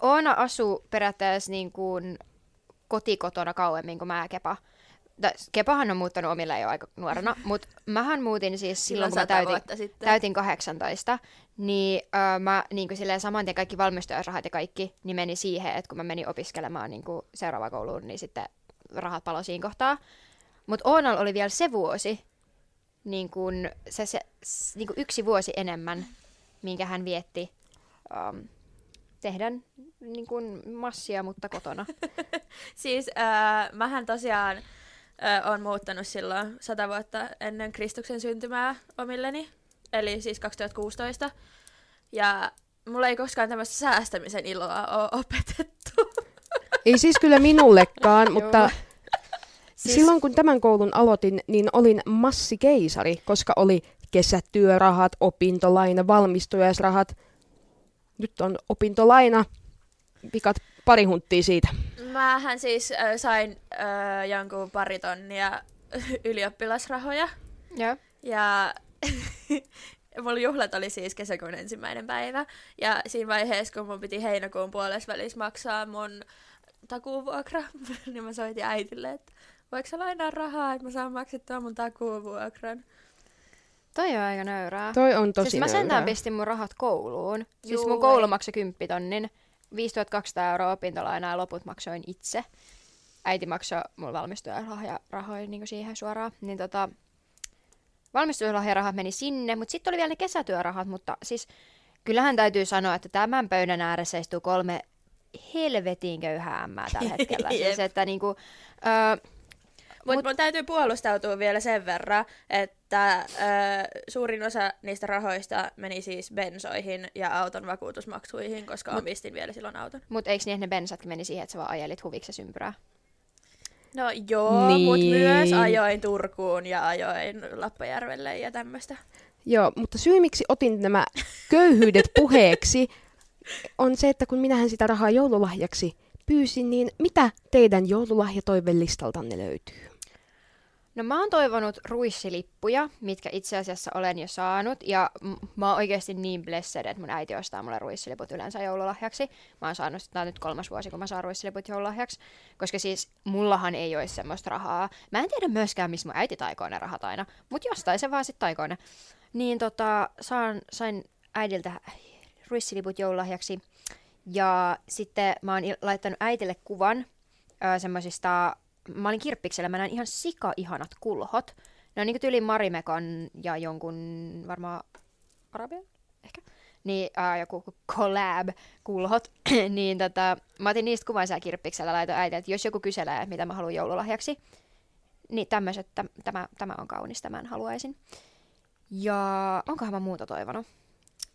Oona asuu periaatteessa niin kuin kotikotona kauemmin kuin mä ja Kepa. Tai Kepahan on muuttanut omille jo aika nuorena, mutta mähän muutin siis silloin, kun mä sata täytin, vuotta sitten. täytin 18, niin öö, mä niin kuin silleen saman tien kaikki valmistujaisrahat ja kaikki niin meni siihen, että kun mä menin opiskelemaan niin kuin seuraavaan kouluun, niin sitten rahat palo siinä kohtaa. Mutta Oonalla oli vielä se vuosi, niin kuin se, se s- niin kuin yksi vuosi enemmän, minkä hän vietti um, tehdään niin kuin massia, mutta kotona. Siis äh, mähän tosiaan äh, on muuttanut silloin sata vuotta ennen Kristuksen syntymää omilleni, eli siis 2016. Ja mulla ei koskaan tämmöistä säästämisen iloa ole opetettu. Ei siis kyllä minullekaan, Joo. mutta Siis- siis... silloin kun tämän koulun aloitin, niin olin massikeisari, koska oli kesätyörahat, opintolaina, valmistujaisrahat. Nyt on opintolaina, pikat pari hunttia siitä. Mähän siis äh, sain äh, jonkun pari tonnia ylioppilasrahoja. Siis, Joo. Ja mulla juhlat oli siis kesäkuun ensimmäinen päivä. Ja siinä vaiheessa, kun mun piti heinäkuun puolessa välissä maksaa mun takuuvuokra, niin mä soitin äitille, että voiko sä lainaa rahaa, että mä saan maksettua mun takuuvuokran. Toi on aika nöyrää. Toi on tosi siis mä sentään nöyrää. pistin mun rahat kouluun. Siis mun Juu, koulu ei. maksoi 10 tonnin, 5200 euroa opintolainaa ja loput maksoin itse. Äiti maksoi mulla valmistujarahoja rahoja niin siihen suoraan. Niin tota, valmistujarahat meni sinne, mutta sitten oli vielä ne kesätyörahat, mutta siis kyllähän täytyy sanoa, että tämän pöydän ääressä istuu kolme helvetin köyhää ämmää tällä hetkellä. siis Jep. että niinku, öö, Mutta Mut... mun täytyy puolustautua vielä sen verran, että ö, suurin osa niistä rahoista meni siis bensoihin ja auton vakuutusmaksuihin, koska Mut... omistin vielä silloin auton. Mutta eikö niin, että ne bensatkin meni siihen, että sä vaan ajelit huviksi ja sympyrää? No joo, niin. mutta Niin. myös ajoin Turkuun ja ajoin Lappajärvelle ja tämmöistä. Joo, mutta syy miksi otin nämä köyhyydet puheeksi on se, että kun minähän sitä rahaa joululahjaksi pyysin, niin mitä teidän joululahjatoivelistaltanne löytyy? No mä oon toivonut ruissilippuja, mitkä itse asiassa olen jo saanut. Ja m- mä oon oikeasti niin blessed, että mun äiti ostaa mulle ruissiliput yleensä joululahjaksi. Mä oon saanut, tää on nyt kolmas vuosi, kun mä saan ruissiliput joululahjaksi. Koska siis mullahan ei olisi semmoista rahaa. Mä en tiedä myöskään, missä mun äiti taikoo ne rahat aina. Mut jostain se vaan sit taikoo ne. Niin tota, saan, sain äidiltä ruissiliput joululahjaksi. Ja sitten mä oon il- laittanut äitille kuvan ö, semmoisista, mä olin kirppiksellä, mä näin ihan sika ihanat kulhot. Ne on niinku tyyli Marimekon ja jonkun varmaan Arabian ehkä, niin äh, joku collab kulhot, niin tota, mä otin niistä kuvan siellä kirppiksellä laitoin äitille, että jos joku kyselee, että mitä mä haluan joululahjaksi, niin tämmöiset, täm- tämä, tämä on kaunis, tämän haluaisin. Ja onkohan mä muuta toivonut?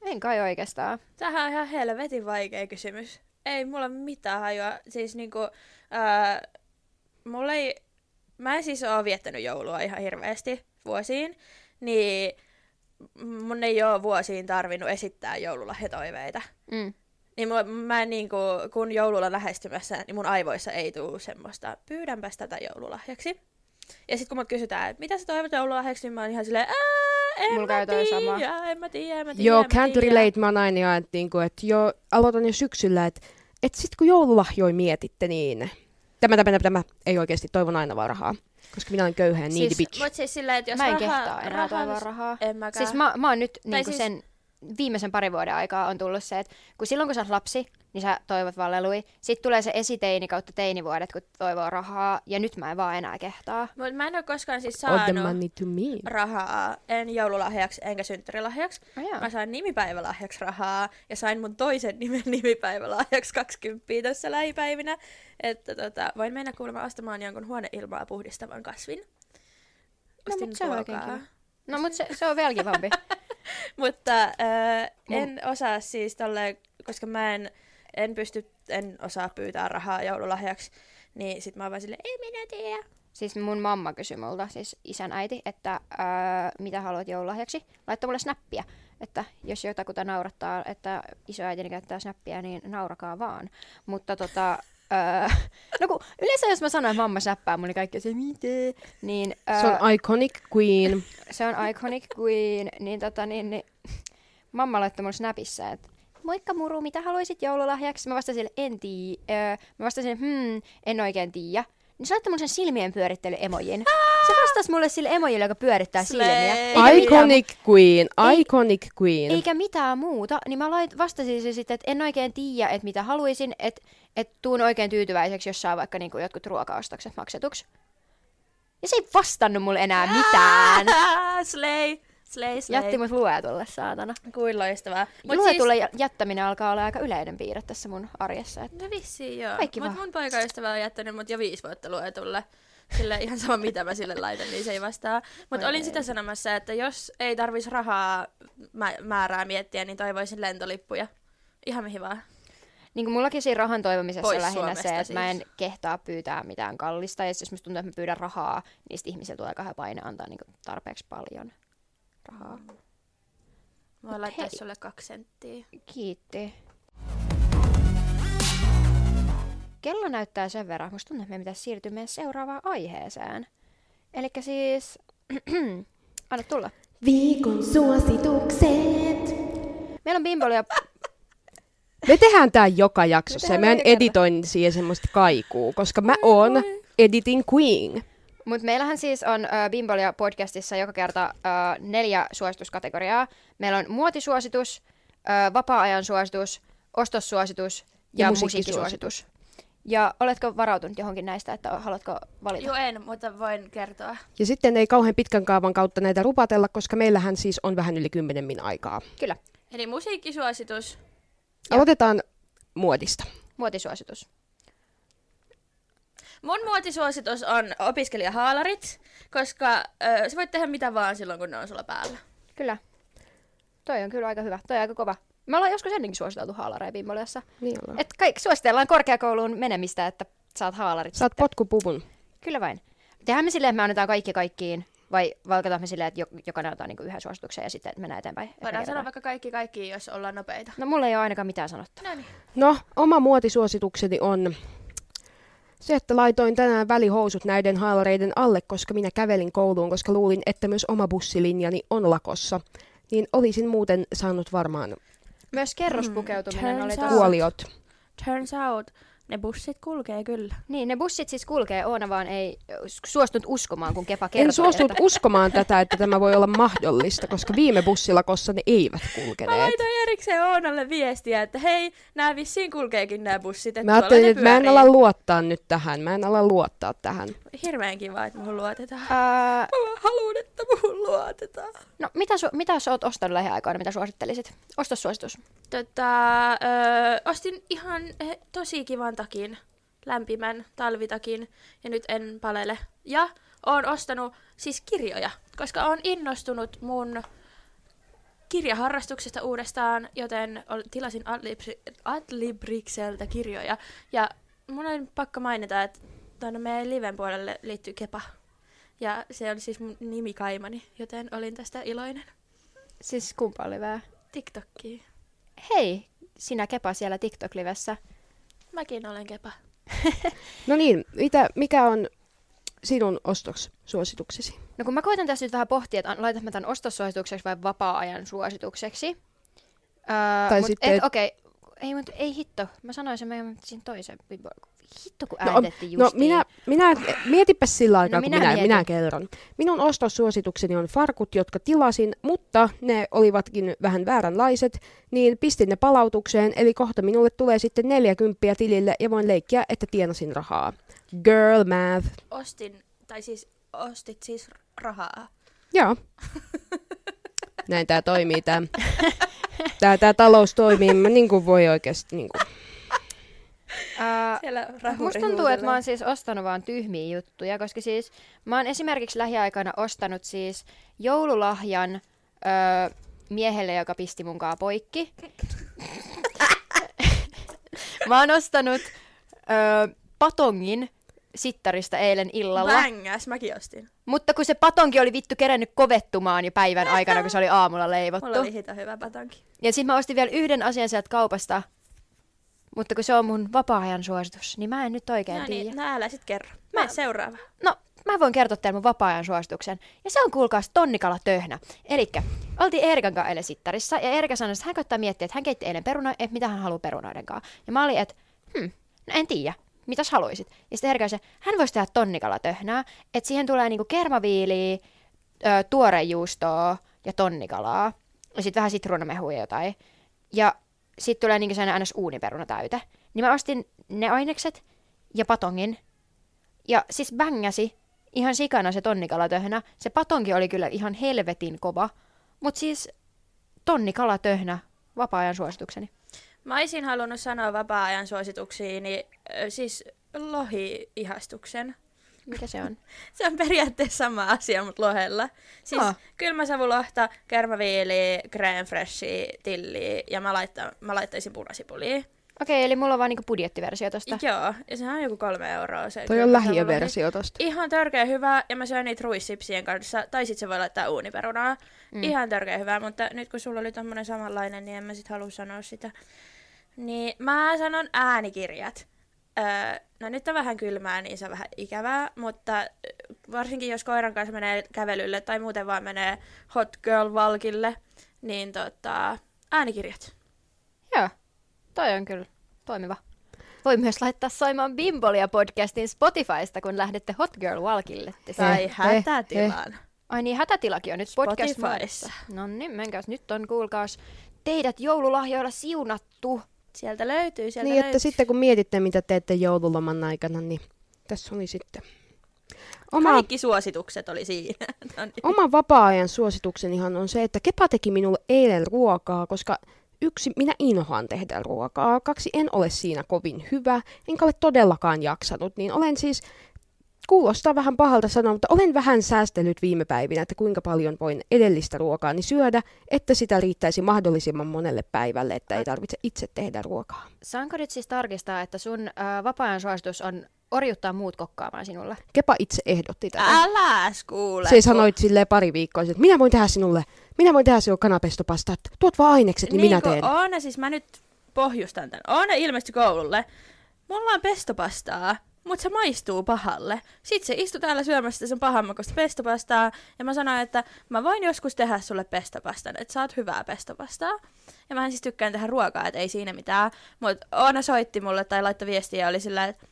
En kai oikeastaan. Tähän on ihan helvetin vaikea kysymys. Ei mulla mitään hajua. Siis niinku, ää, mulla ei, mä en siis oo viettänyt joulua ihan hirveästi vuosiin, niin mun ei oo vuosiin tarvinnut esittää joululahjatoiveita. Mm. Niin mulla, mä en niinku, kun joululla lähestymässä, niin mun aivoissa ei tuu semmoista, pyydänpäs tätä joululahjaksi. Ja sitten kun mä kysytään, että mitä sä toivot joululahjaksi, niin mä oon ihan silleen, ää, en Mulla mä käy toi sama. tiedä, en mä tiedä, en mä tiedä. Joo, en mä can't tiedä." relate, mä oon aina jo, että, niinku, että jo, aloitan jo syksyllä, että, että sit kun joululahjoja mietitte, niin tämä, tämä, tämä, tämä, ei oikeasti toivon aina vaan rahaa, koska minä olen köyhä ja needy Siis bitch. Mut siis silleen, että jos Jos mä en raha, kehtaa enää toivoa rahaa. En mäkään. Siis mä, mä oon nyt niinku siis- siis... sen viimeisen parin vuoden aikaa on tullut se, että kun silloin kun sä oot lapsi, niin sä toivot vaan lelui. Sitten tulee se esiteini kautta teinivuodet, kun toivoo rahaa. Ja nyt mä en vaan enää kehtaa. Mut mä en ole koskaan siis All the saanut money to me. rahaa, en joululahjaksi enkä synttärilahjaksi. No joo. Mä sain nimipäivälahjaksi rahaa ja sain mun toisen nimen nimipäivälahjaksi 20 tässä lähipäivinä. Että tota, voin mennä kuulemma ostamaan jonkun huoneilmaa puhdistavan kasvin. No, mut se on oikein ruokaa. kiva. No mut se, se on vielä kivampi. Mutta äh, en osaa siis tolleen, koska mä en, en pysty, en osaa pyytää rahaa joululahjaksi. Niin sit mä oon vaan silleen, ei minä tiedä. siis mun mamma kysyi multa, siis isän äiti, että ää, mitä haluat joululahjaksi. Laittoi mulle snappia, että jos jotakuta naurattaa, että isoäitini käyttää snappia, niin naurakaa vaan. Mutta tota... ää, no kun yleensä jos mä sanoin, että mamma snappaa mulle kaikki se miten, niin... ää, Se on iconic queen. se on Iconic Queen, niin tota niin, niin mamma laittoi mun snapissa, että Moikka Muru, mitä haluaisit joululahjaksi? Mä vastasin, sille, en tii. Öö, mä vastasin, hmm, en oikein tiedä. Niin se laittoi mulle sen silmien pyörittely emojin. Se vastasi mulle sille emojille, joka pyörittää Slay. silmiä. mitään Iconic queen, Ei- iconic queen. eikä mitään muuta, niin mä lait, vastasin se sitten, että en oikein tiedä, että mitä haluaisin, että et tuun oikein tyytyväiseksi, jos saa vaikka niinku jotkut ruokaostokset maksetuksi. Ja se ei vastannut mulle enää mitään. Ah, slay, slay, slay. Jätti mut luetulle, saatana. Kuin loistavaa. Mut Mut siis... tulee jättäminen alkaa olla aika yleinen piirre tässä mun arjessa. Että... No vissiin joo. Kaikki Mut vaan. mun poikaystävä on jättänyt mut jo viisi vuotta luetulle. Sille ihan sama mitä mä sille laitan, niin se ei vastaa. Mutta Voi olin ei. sitä sanomassa, että jos ei tarvis rahaa mä- määrää miettiä, niin toivoisin lentolippuja. Ihan mihin vaan. Niin kuin mullakin siinä rahan toivomisessa Pois on lähinnä se, Suomesta että mä en siis. kehtaa pyytää mitään kallista. Ja jos musta tuntuu, että mä pyydän rahaa, niin sitten ihmisillä tulee aika paine antaa niin tarpeeksi paljon rahaa. Mä voin laittaa hei. sulle kaksi senttiä. Kiitti. Kello näyttää sen verran, musta tuntuu, että meidän pitäisi siirtyä meidän seuraavaan aiheeseen. Eli siis, anna tulla. Viikon suositukset. Meillä on bimbolia Me tehdään tää joka jaksossa Me ja tehdään meidän joka kerta. editoin siihen semmoista kaikuu, koska mä oon editing queen. Mutta meillähän siis on äh, Bimbolia podcastissa joka kerta äh, neljä suosituskategoriaa. Meillä on muotisuositus, äh, vapaa-ajan suositus, ostossuositus ja, Ja ja musiikkisuositus. musiikkisuositus. Ja oletko varautunut johonkin näistä, että haluatko valita? Joo en, mutta voin kertoa. Ja sitten ei kauhean pitkän kaavan kautta näitä rupatella, koska meillähän siis on vähän yli 10 min aikaa. Kyllä, Eli musiikkisuositus. Aloitetaan muodista. muotisuositus. Mun muotisuositus on opiskelijahaalarit, koska ö, sä voit tehdä mitä vaan silloin, kun ne on sulla päällä. Kyllä. Toi on kyllä aika hyvä, toi on aika kova. Me ollaan joskus ennenkin suositeltu haalareja Bimboliassa. Niin ollaan. Et kaikki suositellaan korkeakouluun menemistä, että saat haalarit. Saat potkupuvun. Kyllä vain. Tehdään me silleen, että me annetaan kaikki kaikkiin Vai valkataanko me silleen, että jo- jokainen ottaa niinku yhden suosituksen ja sitten mennään eteenpäin? että Voidaan sanoa me kerrotaan? vaikka kaikki kaikki, jos ollaan nopeita. No mulla ei ole ainakaan mitään sanottavaa. No niin. No, oma muotisuositukseni on se, että laitoin tänään välihousut näiden haalareiden alle, koska minä kävelin kouluun, koska luulin, että myös oma bussilinjani on lakossa. Niin olisin muuten saanut varmaan Myös kerrospukeutuminen Hmm, turns oli out. tosi... kuoliot. Turns out, ne bussit kulkee kyllä. Niin, ne bussit siis kulkee, Oona vaan ei suostunut uskomaan, kun Kepa kertoi. En suostunut että- uskomaan tätä, että tämä voi olla mahdollista, koska viime bussilakossa ne eivät Mä kulkeneet. laitoin erikseen Oonalle viestiä, että hei, nämä vissiin kulkeekin nämä bussit. Että Mä ajattelin, että tuolla mä ne en pyörii. ala luottaa nyt tähän. Mä en ala luottaa tähän. Hirveän kiva, että muhun luotetaan. Ää, Mä vaan haluan, että muhun luotetaan. no, mitä, su- mitä sä oot ostanut lähiaikoina, mitä suosittelisit? Ostossuositus. Tota, öö, ostin ihan eh, tosi kivan takin, lämpimän talvitakin, ja nyt en palele. Ja oon ostanut siis kirjoja, koska oon innostunut mun kirjaharrastuksesta uudestaan, joten ol- tilasin Adlibri- Adlibrikseltä kirjoja. Ja mun on pakko mainita, että tuonne meidän liven puolelle liittyy Kepa. Ja se on siis mun nimikaimani, joten olin tästä iloinen. Siis kumpa oli vähän? TikTokkiin. Hei, sinä Kepa siellä TikTok-livessä. Mäkin olen Kepa. No niin, mitä, mikä on sinun ostossuosituksesi? No kun mä koitan tässä nyt vähän pohtia, että an- laitan mä tämän ostossuositukseksi vai vapaa-ajan suositukseksi. Öö, Tai mut sitten- et, Okei, ei, mut, ei hitto. Mä sanoisin, mä siinä toisen. bimbo- Hitto, kun No, äänitettiin no justiin. minä, minä, mietipä sillä aikaa, no, kun minä minä, mietin. minä kerron. Minun ostossuositukseni on farkut, jotka tilasin, mutta ne olivatkin vähän vääränlaiset, niin pistin ne palautukseen, eli kohta minulle tulee sitten 40 tilille ja voin leikkiä, että tienasin rahaa. Girl math. Ostin, tai siis ostit siis rahaa. Joo. Näin tämä toimii, tämä tää, tää talous toimii, mä niin kuin voi oikeasti niin kuin. Öö, Siellä Musta tuntuu, että mä oon siis ostanut vaan tyhmiä juttuja, koska siis mä oon esimerkiksi lähiaikana ostanut siis joululahjan öö, miehelle, joka pisti munkaan poikki. mä oon ostanut öö, patongin sittarista eilen illalla. Bängäs, mäkin ostin. Mutta kun se patonki oli vittu kerennyt kovettumaan jo päivän aikana, kun se oli aamulla leivottu. Mulla oli hita hyvä patanki. Ja sitten mä ostin vielä yhden asian sieltä kaupasta. Mutta kun se on mun vapaa-ajan suositus, niin mä en nyt oikein No tiedä. niin, no älä sit kerro. Mä, mä seuraava. No, mä voin kertoa teille mun vapaa-ajan suosituksen. Ja se on kuulkaas tonnikala töhnä. Elikkä, oltiin Erikan kanssa eilen sittarissa, ja Erika sanoi, että hän koittaa miettiä, että hän keitti eilen peruna, että mitä hän haluaa perunoiden kanssa. Ja mä olin, että hmm, no en tiedä, mitäs haluaisit. Ja sitten Erika sanoi, hän voisi tehdä tonnikala töhnää, että siihen tulee niinku kermaviiliä, ö, tuorejuustoa ja tonnikalaa. Ja sitten vähän sitruunamehua ja jotain. Ja sitten tulee niinku sellainen ns. uuniperuna täyte. Niin mä ostin ne ainekset ja patongin. Ja siis bängäsi ihan sikana se tonnikalatöhnä. Se patonki oli kyllä ihan helvetin kova. Mutta siis tonnikalatöhnä, vapaa-ajan suositukseni. Mä olisin halunnut sanoa vapaa-ajan suosituksiin, niin ö, siis lohi-ihastuksen. Mikä se on? Se on periaatteessa sama asia, mutta lohella. Siis Ah. kylmä savulohta, kärmäviili, crème fraiche, tilli ja mä, laittaa, mä laittaisin punasipulia. Okei, okay, eli mulla on vaan niinku budjettiversio tosta. Joo, ja sehän on joku kolme euroa. Se Toi on kylmä savulohi. lähiöversio tosta. Ihan törkeä hyvää, ja mä syön niitä ruissipsien kanssa, tai sit se voi laittaa uuniperunaa. Mm. Ihan törkeä hyvää, mutta nyt kun sulla oli tommonen samanlainen, niin en mä sit halua sanoa sitä. Niin mä sanon äänikirjat. Öö, no nyt on vähän kylmää, niin se on vähän ikävää, mutta ö, varsinkin jos koiran kanssa menee kävelylle tai muuten vaan menee hot girl valkille, niin tota, äänikirjat. Joo, toi on kyllä toimiva. Voi myös laittaa Saimaan Bimbolia podcastin Spotifysta, kun lähdette Hot Girl Walkille. Te saa- Tai hätätilaan. Ai niin, hätätilakin on nyt podcast Spotifyssa. No niin, menkääs. Nyt on, kuulkaas, teidät joululahjoilla siunattu. Sieltä löytyy, sieltä Niin, että löytyy. sitten kun mietitte, mitä teette joululoman aikana, niin tässä oli sitten. Oma, Kaikki suositukset oli siinä. No niin. oma vapaa-ajan suosituksenihan on se, että Kepa teki minulle eilen ruokaa, koska yksi, minä inhoan tehdä ruokaa, kaksi, en ole siinä kovin hyvä, enkä ole todellakaan jaksanut, niin olen siis, kuulostaa vähän pahalta sanoa, mutta olen vähän säästellyt viime päivinä, että kuinka paljon voin edellistä ruokaani syödä, että sitä riittäisi mahdollisimman monelle päivälle, että ei tarvitse itse tehdä ruokaa. Saanko nyt siis tarkistaa, että sun ää, äh, vapaa-ajan suositus on orjuttaa muut kokkaamaan sinulle. Kepa itse ehdotti tätä. Älä kuule. Se Siis sanoit silleen pari viikkoa sitten, että minä voin tehdä sinulle, minä voin tehdä sinulle kanapestopastat, tuot vaan ainekset, niin, niin minä kun teen. Oona, siis mä nyt pohjustan tämän. Oona ilmestyi koululle. Mulla on pestopastaa, mutta se maistuu pahalle. Sitten se istui täällä syömässä sitä sen pahanmakosta pestopastaa, ja mä sanoin, että mä voin joskus tehdä sulle pestopastan, että sä oot hyvää pestopastaa. Ja mähän siis tykkään tehdä ruokaa, että ei siinä mitään. Mutta Oona soitti mulle tai laittoi viestiä ja oli sillä, että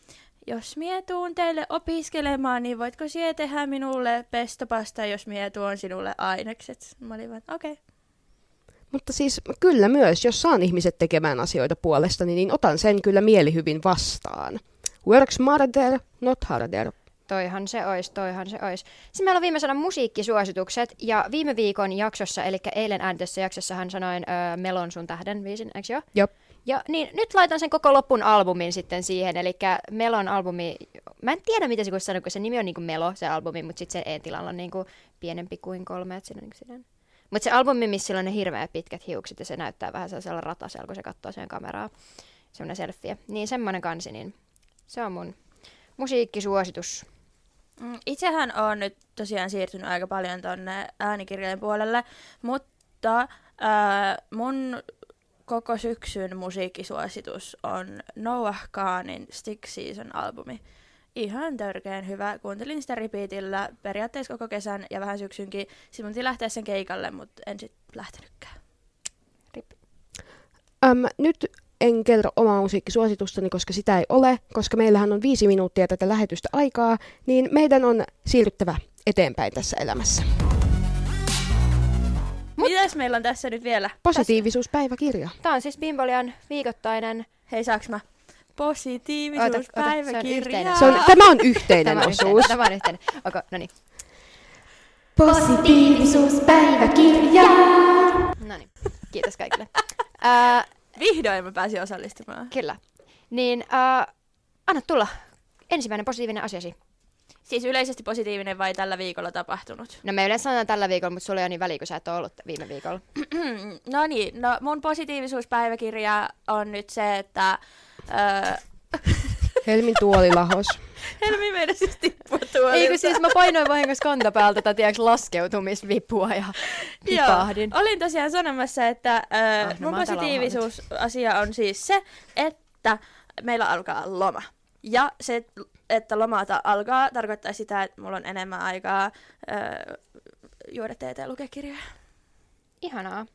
jos mie tuun teille opiskelemaan, niin voitko sie tehdä minulle pestopasta, jos mie tuon sinulle ainekset? Mä olin vaan, että okei. Okay. Mutta siis kyllä myös, jos saan ihmiset tekemään asioita puolestani, niin otan sen kyllä mielihyvin vastaan. Works smarter, not harder. Toihan se ois, toihan se ois. Sitten meillä on viimeisenä musiikkisuositukset, ja viime viikon jaksossa, eli eilen äänitetyssä jaksossahan sanoin öö, Melon sun tähden viisin, eikö jo? Jop. Ja niin, nyt laitan sen koko lopun albumin sitten siihen, eli Melon albumi, mä en tiedä miten se voisi sanoa, kun se nimi on niinku Melo, se albumi, mutta sitten se E-tilalla on niinku pienempi kuin kolme, että siinä on niinku Mutta se albumi, missä sillä on ne hirveät pitkät hiukset, ja se näyttää vähän sellaisella ratasella, kun se katsoo sen kameraa, semmoinen selfie. Niin semmoinen kansi, niin se on mun musiikkisuositus. Mm, Itsehän on nyt tosiaan siirtynyt aika paljon tonne äänikirjojen puolelle, mutta ää, mun koko syksyn musiikkisuositus on Noah Kaanin Stick Season-albumi. Ihan törkeen hyvä. Kuuntelin sitä repeatillä periaatteessa koko kesän ja vähän syksynkin. Sitten mun piti lähteä sen keikalle, mutta en sit lähtenytkään. Öm, nyt en kerro omaa musiikkisuositustani, koska sitä ei ole, koska meillähän on viisi minuuttia tätä lähetystä aikaa, niin meidän on siirryttävä eteenpäin tässä elämässä. Mut... Mitäs meillä on tässä nyt vielä? Positiivisuuspäiväkirja. Tämä on siis Bimbolian viikoittainen Hei, saaks mä? Positiivisuuspäiväkirja. yhteinen. Se on, tämä on yhteinen Tämä on osuus. yhteinen, tämä on yhteinen. Okay, no niin. Positiivisuuspäiväkirja. No niin. Kiitos kaikille. Ää, Vihdoin mä pääsin osallistumaan. kyllä. Niin, ää, anna tulla. Ensimmäinen positiivinen asiasi. Siis yleisesti positiivinen vai tällä viikolla tapahtunut? No me yleensä sanotaan tällä viikolla, mutta sulla ei ole niin väliä, kun sä et ole ollut viime viikolla. no niin, no mun positiivisuuspäiväkirja on nyt se, että... Öö, Helmin tuolilahos. Helmi meidän siis tippua tuolilta. Ei kun siis mä painoin vahingossa kantapäältä tätä tiedäks, laskeutumisvipua ja pipahdin. Joo, olin tosiaan sanomassa, että äh, Ah, no mun mä oon täällä positiivisuusasia on siis se, että meillä alkaa loma. Ja se, että lomata alkaa, tarkoittaa sitä, että mulla on enemmän aikaa äh, juoda teetä ja lukea kirjoja. Ihanaa.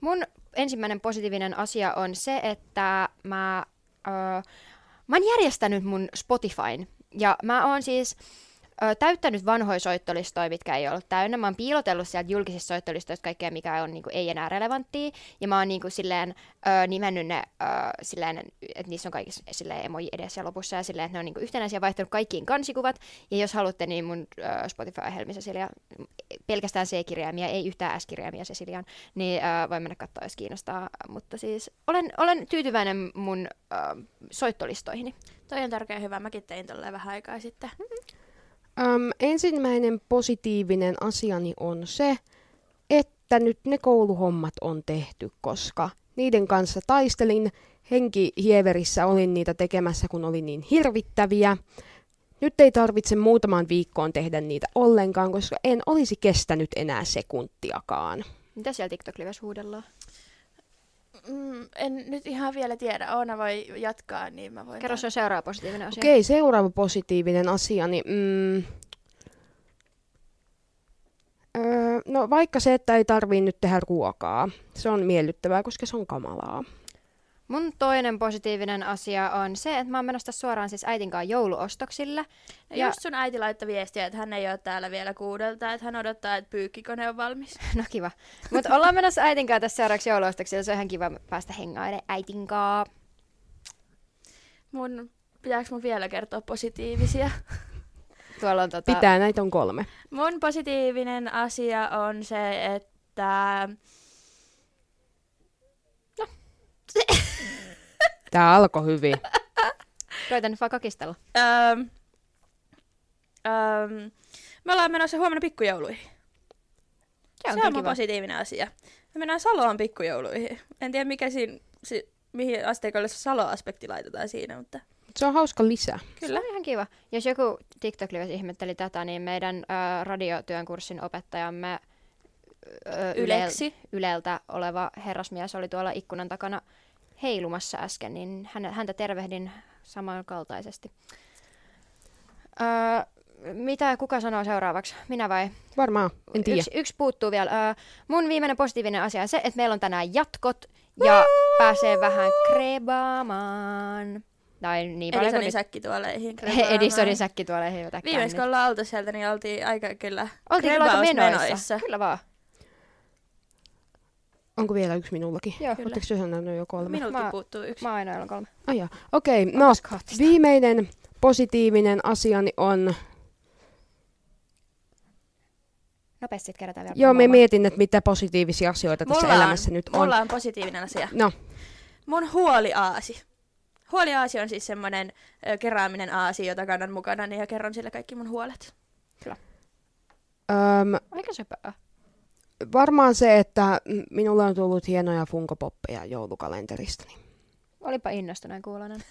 Mun ensimmäinen positiivinen asia on se, että mä, öö, mä oon järjestänyt mun Spotifyn. Ja mä oon siis öö, täyttänyt vanhoja soittolistoja, mitkä ei ollut täynnä. Mä oon piilotellut sieltä julkisista soittolistoista kaikkea, mikä on, niinku, ei enää relevanttia. Ja mä oon niinku, silleen, öö, nimennyt ne öö, silleen, että niissä on kaikissa silleen, emoji edessä ja lopussa. Ja silleen, että ne on niinku, yhtenäisiä vaihtanut kaikkiin kansikuvat. Ja jos haluatte, niin mun öö, Spotify-ohjelmissa siellä pelkästään C-kirjaimia, ei yhtään S-kirjaimia Cecilian, niin äh, voi mennä katsoa, jos kiinnostaa. Mutta siis olen, olen tyytyväinen mun äh, soittolistoihini. Toi on tärkeä hyvä, mäkin tein tolleen vähän aikaa sitten. Öm, ensimmäinen positiivinen asiani on se, että nyt ne kouluhommat on tehty, koska niiden kanssa taistelin. Henki hieverissä olin niitä tekemässä, kun oli niin hirvittäviä. Nyt ei tarvitse muutamaan viikkoon tehdä niitä ollenkaan, koska en olisi kestänyt enää sekuntiakaan. Mitä siellä TikTok-livessä huudellaan? Mm, en nyt ihan vielä tiedä, Oona voi jatkaa, niin mä voin... Kerro se on seuraava positiivinen asia. Okei, seuraava positiivinen asia, niin mm, öö, no vaikka se, että ei tarvii nyt tehdä ruokaa, se on miellyttävää, koska se on kamalaa. Mun toinen positiivinen asia on se, että mä oon menossa suoraan siis äitinkaan jouluostoksille. Ja... Just sun äiti laittoi viestiä, että hän ei ole täällä vielä kuudelta, että hän odottaa, että pyykkikone on valmis. No kiva. Mutta ollaan menossa äitinkaan tässä seuraavaksi jouluostoksille. Se on ihan kiva päästä hengailemaan äitinkaan. Mun, pitääkö mun vielä kertoa positiivisia? Tuolla on tota... Pitää, näitä on kolme. Mun positiivinen asia on se, että... Tää alkoi hyvin. Koitan nyt vaan kakistella. Öm, öm, ähm, me ollaan menossa huomenna pikkujouluihin. Se on se kyllä on mun kiva. positiivinen asia. Me mennään Saloon pikkujouluihin. En tiedä, mikä siinä, si, mihin asteikolle se Salo-aspekti laitetaan siinä, mutta... Se on hauska lisä. Kyllä. Se on ihan kiva. Jos joku TikTok-lives ihmetteli tätä, niin meidän ö, radiotyön kurssin opettajamme ö, Yle- Yleksi. Yleltä oleva herrasmies oli tuolla ikkunan takana heilumassa äsken, niin häne, häntä tervehdin samankaltaisesti. Ö, mitä kuka sanoo seuraavaksi? Minä vai? Varmaan, en tiedä. Yksi, yksi puuttuu vielä. Ö, mun viimeinen positiivinen asia on se, että meillä on tänään jatkot ja pääsee vähän krebaamaan. Tai niin paljon kuin Edisonin nyt- säkkituoleihin. He Edisonin säkki tuolla ei jotakin. Viimeis kun ollaan oltu sieltä, niin oltiin aika kyllä Oltiin kyllä aika menoissa. krebausmenoissa. Kyllä vaan. Onko vielä yksi minullakin? Joo. Kyllä. Oletteko te sanonut jo kolme? Minultakin Mä- puuttuu yksi. Mä aina olen kolme. Ai jaa. Okei, okay, no kaoottista. viimeinen positiivinen asiani on... Nopeasti sit No kerätään vielä. Joo, me promoa. mietin, että mitä positiivisia asioita tässä elämässä nyt on. mulla on positiivinen asia. No, Mun huoliaasi. Huoliaasi on siis semmonen ö, kerääminen aasi, jota kannan mukana, niin ja kerron sillä kaikki mun huolet. öm, Aika söpöä. varmaan se, että mm, minulle on tullut hienoja funkopoppeja joulukalenteristani. Olipa innostuneen kuulonen.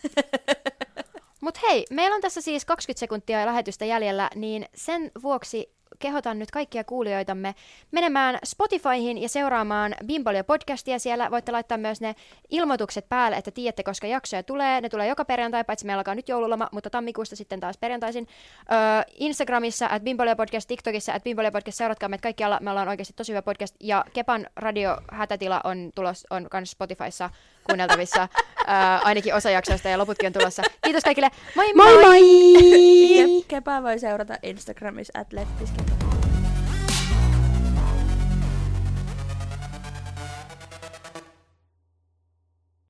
Mut hei, meillä on tässä siis 20 sekuntia lähetystä jäljellä, niin sen vuoksi kehotan nyt kaikkia kuulijoitamme menemään Spotifyhin ja seuraamaan Bimbolia podcastia siellä. Voitte laittaa myös ne ilmoitukset päälle, että tiedätte, koska jaksoja tulee. Ne tulee joka perjantai, paitsi meillä alkaa nyt joululoma, mutta tammikuusta sitten taas perjantaisin. Öö, Instagramissa, at Bimbolia podcast, TikTokissa, at Bimbolia podcast, seuratkaa meitä kaikkialla. Me ollaan oikeasti tosi hyvä podcast. Ja Kepan radio hätätila on tulos, on myös Spotifyssa kuunneltavissa. öö, ainakin osa jaksoista ja loputkin on tulossa. Kiitos kaikille. Moi moi! Moi moi! Kepää voi seurata Instagramissa at leppiskepä.